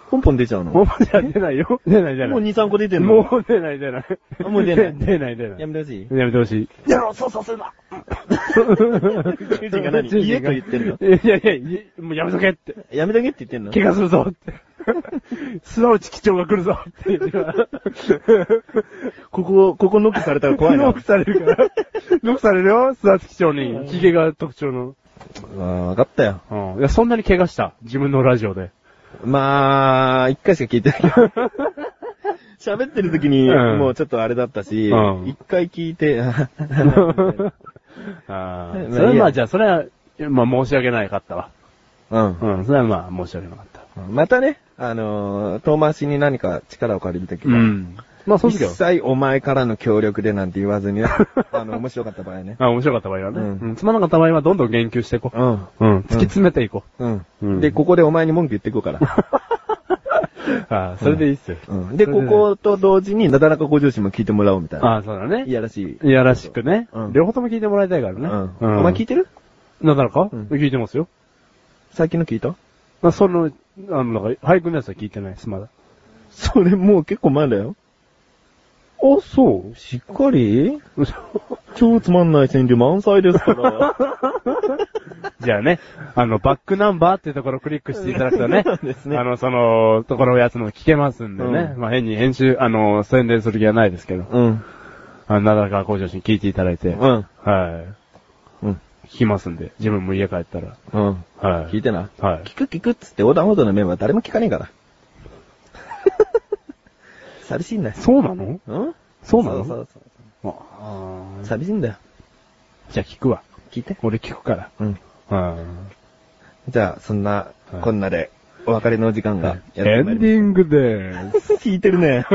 Speaker 2: ポンポン出ちゃうの
Speaker 3: ポン
Speaker 2: も
Speaker 3: ポンじゃ出ないよ。出ない出な
Speaker 2: う
Speaker 3: い。
Speaker 2: 2、3個出てんの
Speaker 3: もう出ない出ない。
Speaker 2: あもう出ない
Speaker 3: [LAUGHS] 出ない出ない。
Speaker 2: やめてほしい
Speaker 3: やめてほしい。
Speaker 4: やろう、そうそうするな
Speaker 2: 宇宙人が何家と言ってんの
Speaker 3: いやいや、いもうやめとけって。
Speaker 2: やめとけって言ってんの
Speaker 3: 怪我するぞって。すなわち機長が来るぞって言ってから。
Speaker 2: ここ、ここノックされたら怖い
Speaker 3: [LAUGHS]
Speaker 2: な。
Speaker 3: ノックされるから。ノックされるよ、すなわち機長に。ヒゲが特徴の。
Speaker 2: あーわかったよ。
Speaker 3: うん。いや、そんなに怪我した。自分のラジオ [LAUGHS] で。
Speaker 2: まあ、一回しか聞いてないけど。 [LAUGHS] 喋ってる時に、
Speaker 3: うん
Speaker 2: もうちょっとあれだったし、一、
Speaker 3: うん
Speaker 2: 回聞いて、 [LAUGHS]
Speaker 3: あ
Speaker 2: まあ
Speaker 3: あ。それはい
Speaker 2: い
Speaker 3: ま
Speaker 2: や
Speaker 3: あじゃあ、それは、まあ申し訳なかったわ。
Speaker 2: うん。
Speaker 3: うん、それはまあ申し訳なかった。
Speaker 2: またね、あのー遠回しに何か力を借りるときは、
Speaker 3: ん。まあその
Speaker 2: 一
Speaker 3: 時は。
Speaker 2: 切お前からの協力でなんて言わず
Speaker 3: [LAUGHS]
Speaker 2: にね、あの、面白かった場合ね。
Speaker 3: あ、面白かった場合はね。
Speaker 2: うん
Speaker 3: うん。つまらなかった場合はどんどん言及していこう。
Speaker 2: うん。
Speaker 3: うん。突き詰めていこ
Speaker 2: うん。
Speaker 3: うん
Speaker 2: で、ここでお前に文句言っていこう
Speaker 3: [LAUGHS]
Speaker 2: から。
Speaker 3: う。 [LAUGHS] ああ、それでいいっすよ。
Speaker 2: うん、で、ここと同時に、なだらかご上司も聞いてもらおうみたいな。
Speaker 3: ああ、そうだ
Speaker 2: い
Speaker 3: ね。
Speaker 2: やらしい。
Speaker 3: いやらしくね
Speaker 2: う。ん
Speaker 3: 両方とも聞いてもらいたいから
Speaker 2: う
Speaker 3: ね。
Speaker 2: ん。お前聞いてる
Speaker 3: なんだろうか
Speaker 2: うん
Speaker 3: 聞いてますよ。
Speaker 2: 最近の聞いた
Speaker 3: まあその、あの、なんか俳句のやつは聞いてないです、まだ。
Speaker 2: それもう結構前だよ。
Speaker 3: あ、そう
Speaker 2: しっか
Speaker 3: [LAUGHS]
Speaker 2: り
Speaker 3: じ
Speaker 2: 超つまんない川柳満載ですから。
Speaker 3: ゃあね、あの、バックナンバーっていうところをクリックしていただくとね、
Speaker 2: そうですね
Speaker 3: あの、その、ところをやつも聞けますんでね、
Speaker 2: う
Speaker 3: まあ変に編集、あの、宣伝する気はないですけど、
Speaker 2: [LAUGHS] うん。
Speaker 3: あの、なだらか向上心聞いていただいて、
Speaker 2: うん。
Speaker 3: は
Speaker 2: うん。
Speaker 3: い。聞きますんで、自分も家帰ったら、
Speaker 2: うん。
Speaker 3: はい。
Speaker 2: 聞いてな。
Speaker 3: はい。
Speaker 2: 聞く聞くっつって横断歩道のメンバー誰も聞かねえ [LAUGHS] から。寂しいんだよ。
Speaker 3: そうなの
Speaker 2: うん
Speaker 3: そうなの
Speaker 2: そうそう
Speaker 3: あ
Speaker 2: そう。
Speaker 3: ー
Speaker 2: 寂しいんだよ。
Speaker 3: じゃあ聞くわ。
Speaker 2: 聞いて。
Speaker 3: 俺聞くから。
Speaker 2: うん。
Speaker 3: うん。
Speaker 2: じゃあ、そんな、
Speaker 3: はい
Speaker 2: こんなで、お別れのお時間が
Speaker 3: エ
Speaker 2: やってまい
Speaker 3: ンデ
Speaker 2: り
Speaker 3: ィングでー
Speaker 2: ました。聞いてるね。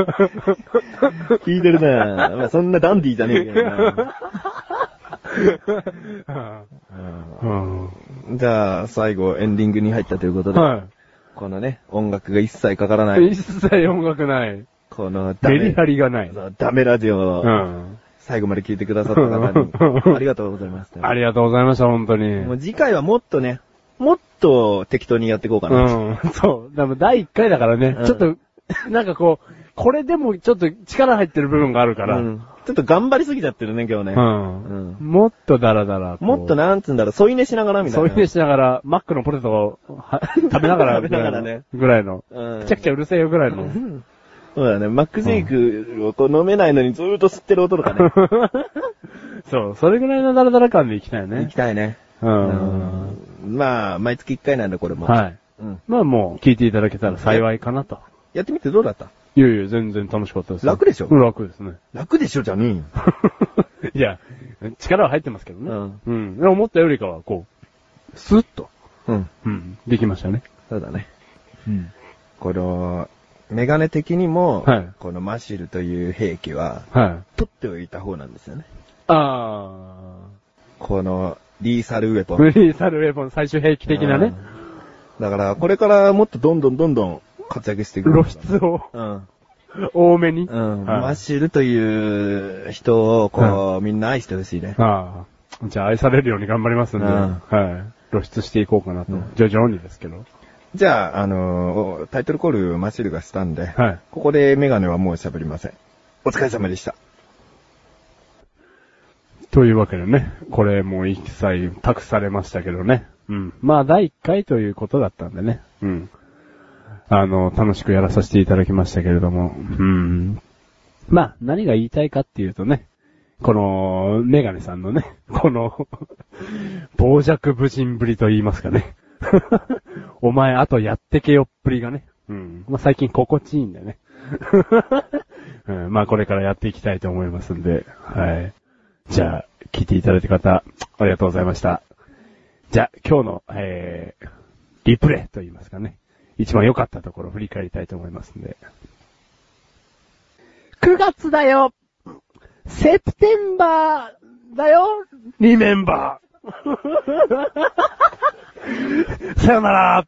Speaker 2: 聞いてるね。まあ、そんなダンディーじゃねえけどな。
Speaker 3: す。
Speaker 2: う
Speaker 3: うん。
Speaker 2: んじゃあ、最後、エンディングに入ったということで、
Speaker 3: は。
Speaker 2: このね、音楽が一切かからないい、
Speaker 3: 一切音楽ない。
Speaker 2: このダ
Speaker 3: メリ
Speaker 2: メ
Speaker 3: ハ、リがない。
Speaker 2: そうダメラジオ
Speaker 3: う
Speaker 2: を
Speaker 3: ん。
Speaker 2: 最後まで聞いてくださった方
Speaker 3: う
Speaker 2: に、
Speaker 3: ん
Speaker 2: ありがとうございました。
Speaker 3: ありがとうございました、本当に。
Speaker 2: もう次回はもっとね、もっと適当にやっていこうかな。
Speaker 3: うん。そう。でも第1回だからね
Speaker 2: う、ん
Speaker 3: ちょっと、なんかこう、これでもちょっと力入ってる部分があるから。
Speaker 2: う
Speaker 3: うんん。
Speaker 2: ちょっと頑張りすぎちゃってるね、今日ね。うん
Speaker 3: もっとダラダラ。こう
Speaker 2: もっと、なんつうんだろう、添い寝しながらみたい
Speaker 3: そう
Speaker 2: な。
Speaker 3: いうふうにしながら、マックのポテトをは食べながら、
Speaker 2: 食べながらね
Speaker 3: ぐらいの。
Speaker 2: うん
Speaker 3: くちゃくちゃうるせえよぐらいの。
Speaker 2: そうだね、マックシェイクをこう飲めないのにずーっと吸ってる音とかね。
Speaker 3: そう、それぐらいのダラダラ感でいきたい
Speaker 2: 行
Speaker 3: ね
Speaker 2: き。たいね。
Speaker 3: う。
Speaker 2: うんん。まあ、毎月1回なんで、これも。
Speaker 3: はい。
Speaker 2: うん。
Speaker 3: まあもう、聞いていただけたら幸いかなと。
Speaker 2: やってみてどうだった
Speaker 3: いやいや、全然楽しかったですよ。
Speaker 2: 楽でしょ
Speaker 3: うん楽ですね。
Speaker 2: 楽でしょ、じゃねえよ。
Speaker 3: [LAUGHS] いや、力は入ってますけどね。
Speaker 2: うん
Speaker 3: うん。でも思ったよりかは、こう、スッと、
Speaker 2: うん。
Speaker 3: うん、できましたね。
Speaker 2: そうだね。
Speaker 3: うん。
Speaker 2: この、メガネ的にも、
Speaker 3: はい
Speaker 2: このマシルという兵器は、
Speaker 3: はい。
Speaker 2: 取っておいた方なんですよね。
Speaker 3: あ
Speaker 2: この、リーサルウェポ
Speaker 3: ー。 [LAUGHS]
Speaker 2: ン。
Speaker 3: フリーサルウェポン最終兵器的な
Speaker 2: うん
Speaker 3: ね、。
Speaker 2: だから、これからもっとどんどんどんどん活躍していく。
Speaker 3: 露出を
Speaker 2: うん。
Speaker 3: 多めに。
Speaker 2: うん。
Speaker 3: は
Speaker 2: マ
Speaker 3: い
Speaker 2: シルという人を、こう、みんな愛してほしいね。
Speaker 3: ああ。じゃあ愛されるように頑張りますんで、
Speaker 2: うん
Speaker 3: はい。露出していこうかなと。徐々にですけど。
Speaker 2: じゃあ、あのータイトルコールマシルがしたんで、
Speaker 3: はい
Speaker 2: ここでメガネはもう喋りません。お疲れ様でした。
Speaker 3: というわけでね、これも一切託されましたけどね。うん。まあ、第1回ということだったんでね。うん。あの、楽しくやらさせていただきましたけれども。うん。まあ、何が言いたいかっていうとね、この、メガネさんのね、この、傍若無人ぶりと言いますか [LAUGHS] ね。お前、あとやってけよっぷりがね。うん。まあ、最近心地いいんだよね。 [LAUGHS] うん、まあ、これからやっていきたいと思いますんで、はい。じゃあ、聞いていただいた方、ありがとうございました。じゃあ、今日の、えー、リプレイと言いますかね。一番良かったところを振り返りたいと思いますんで。9月だよセプテンバーだよ [LAUGHS] リメンバーさよなら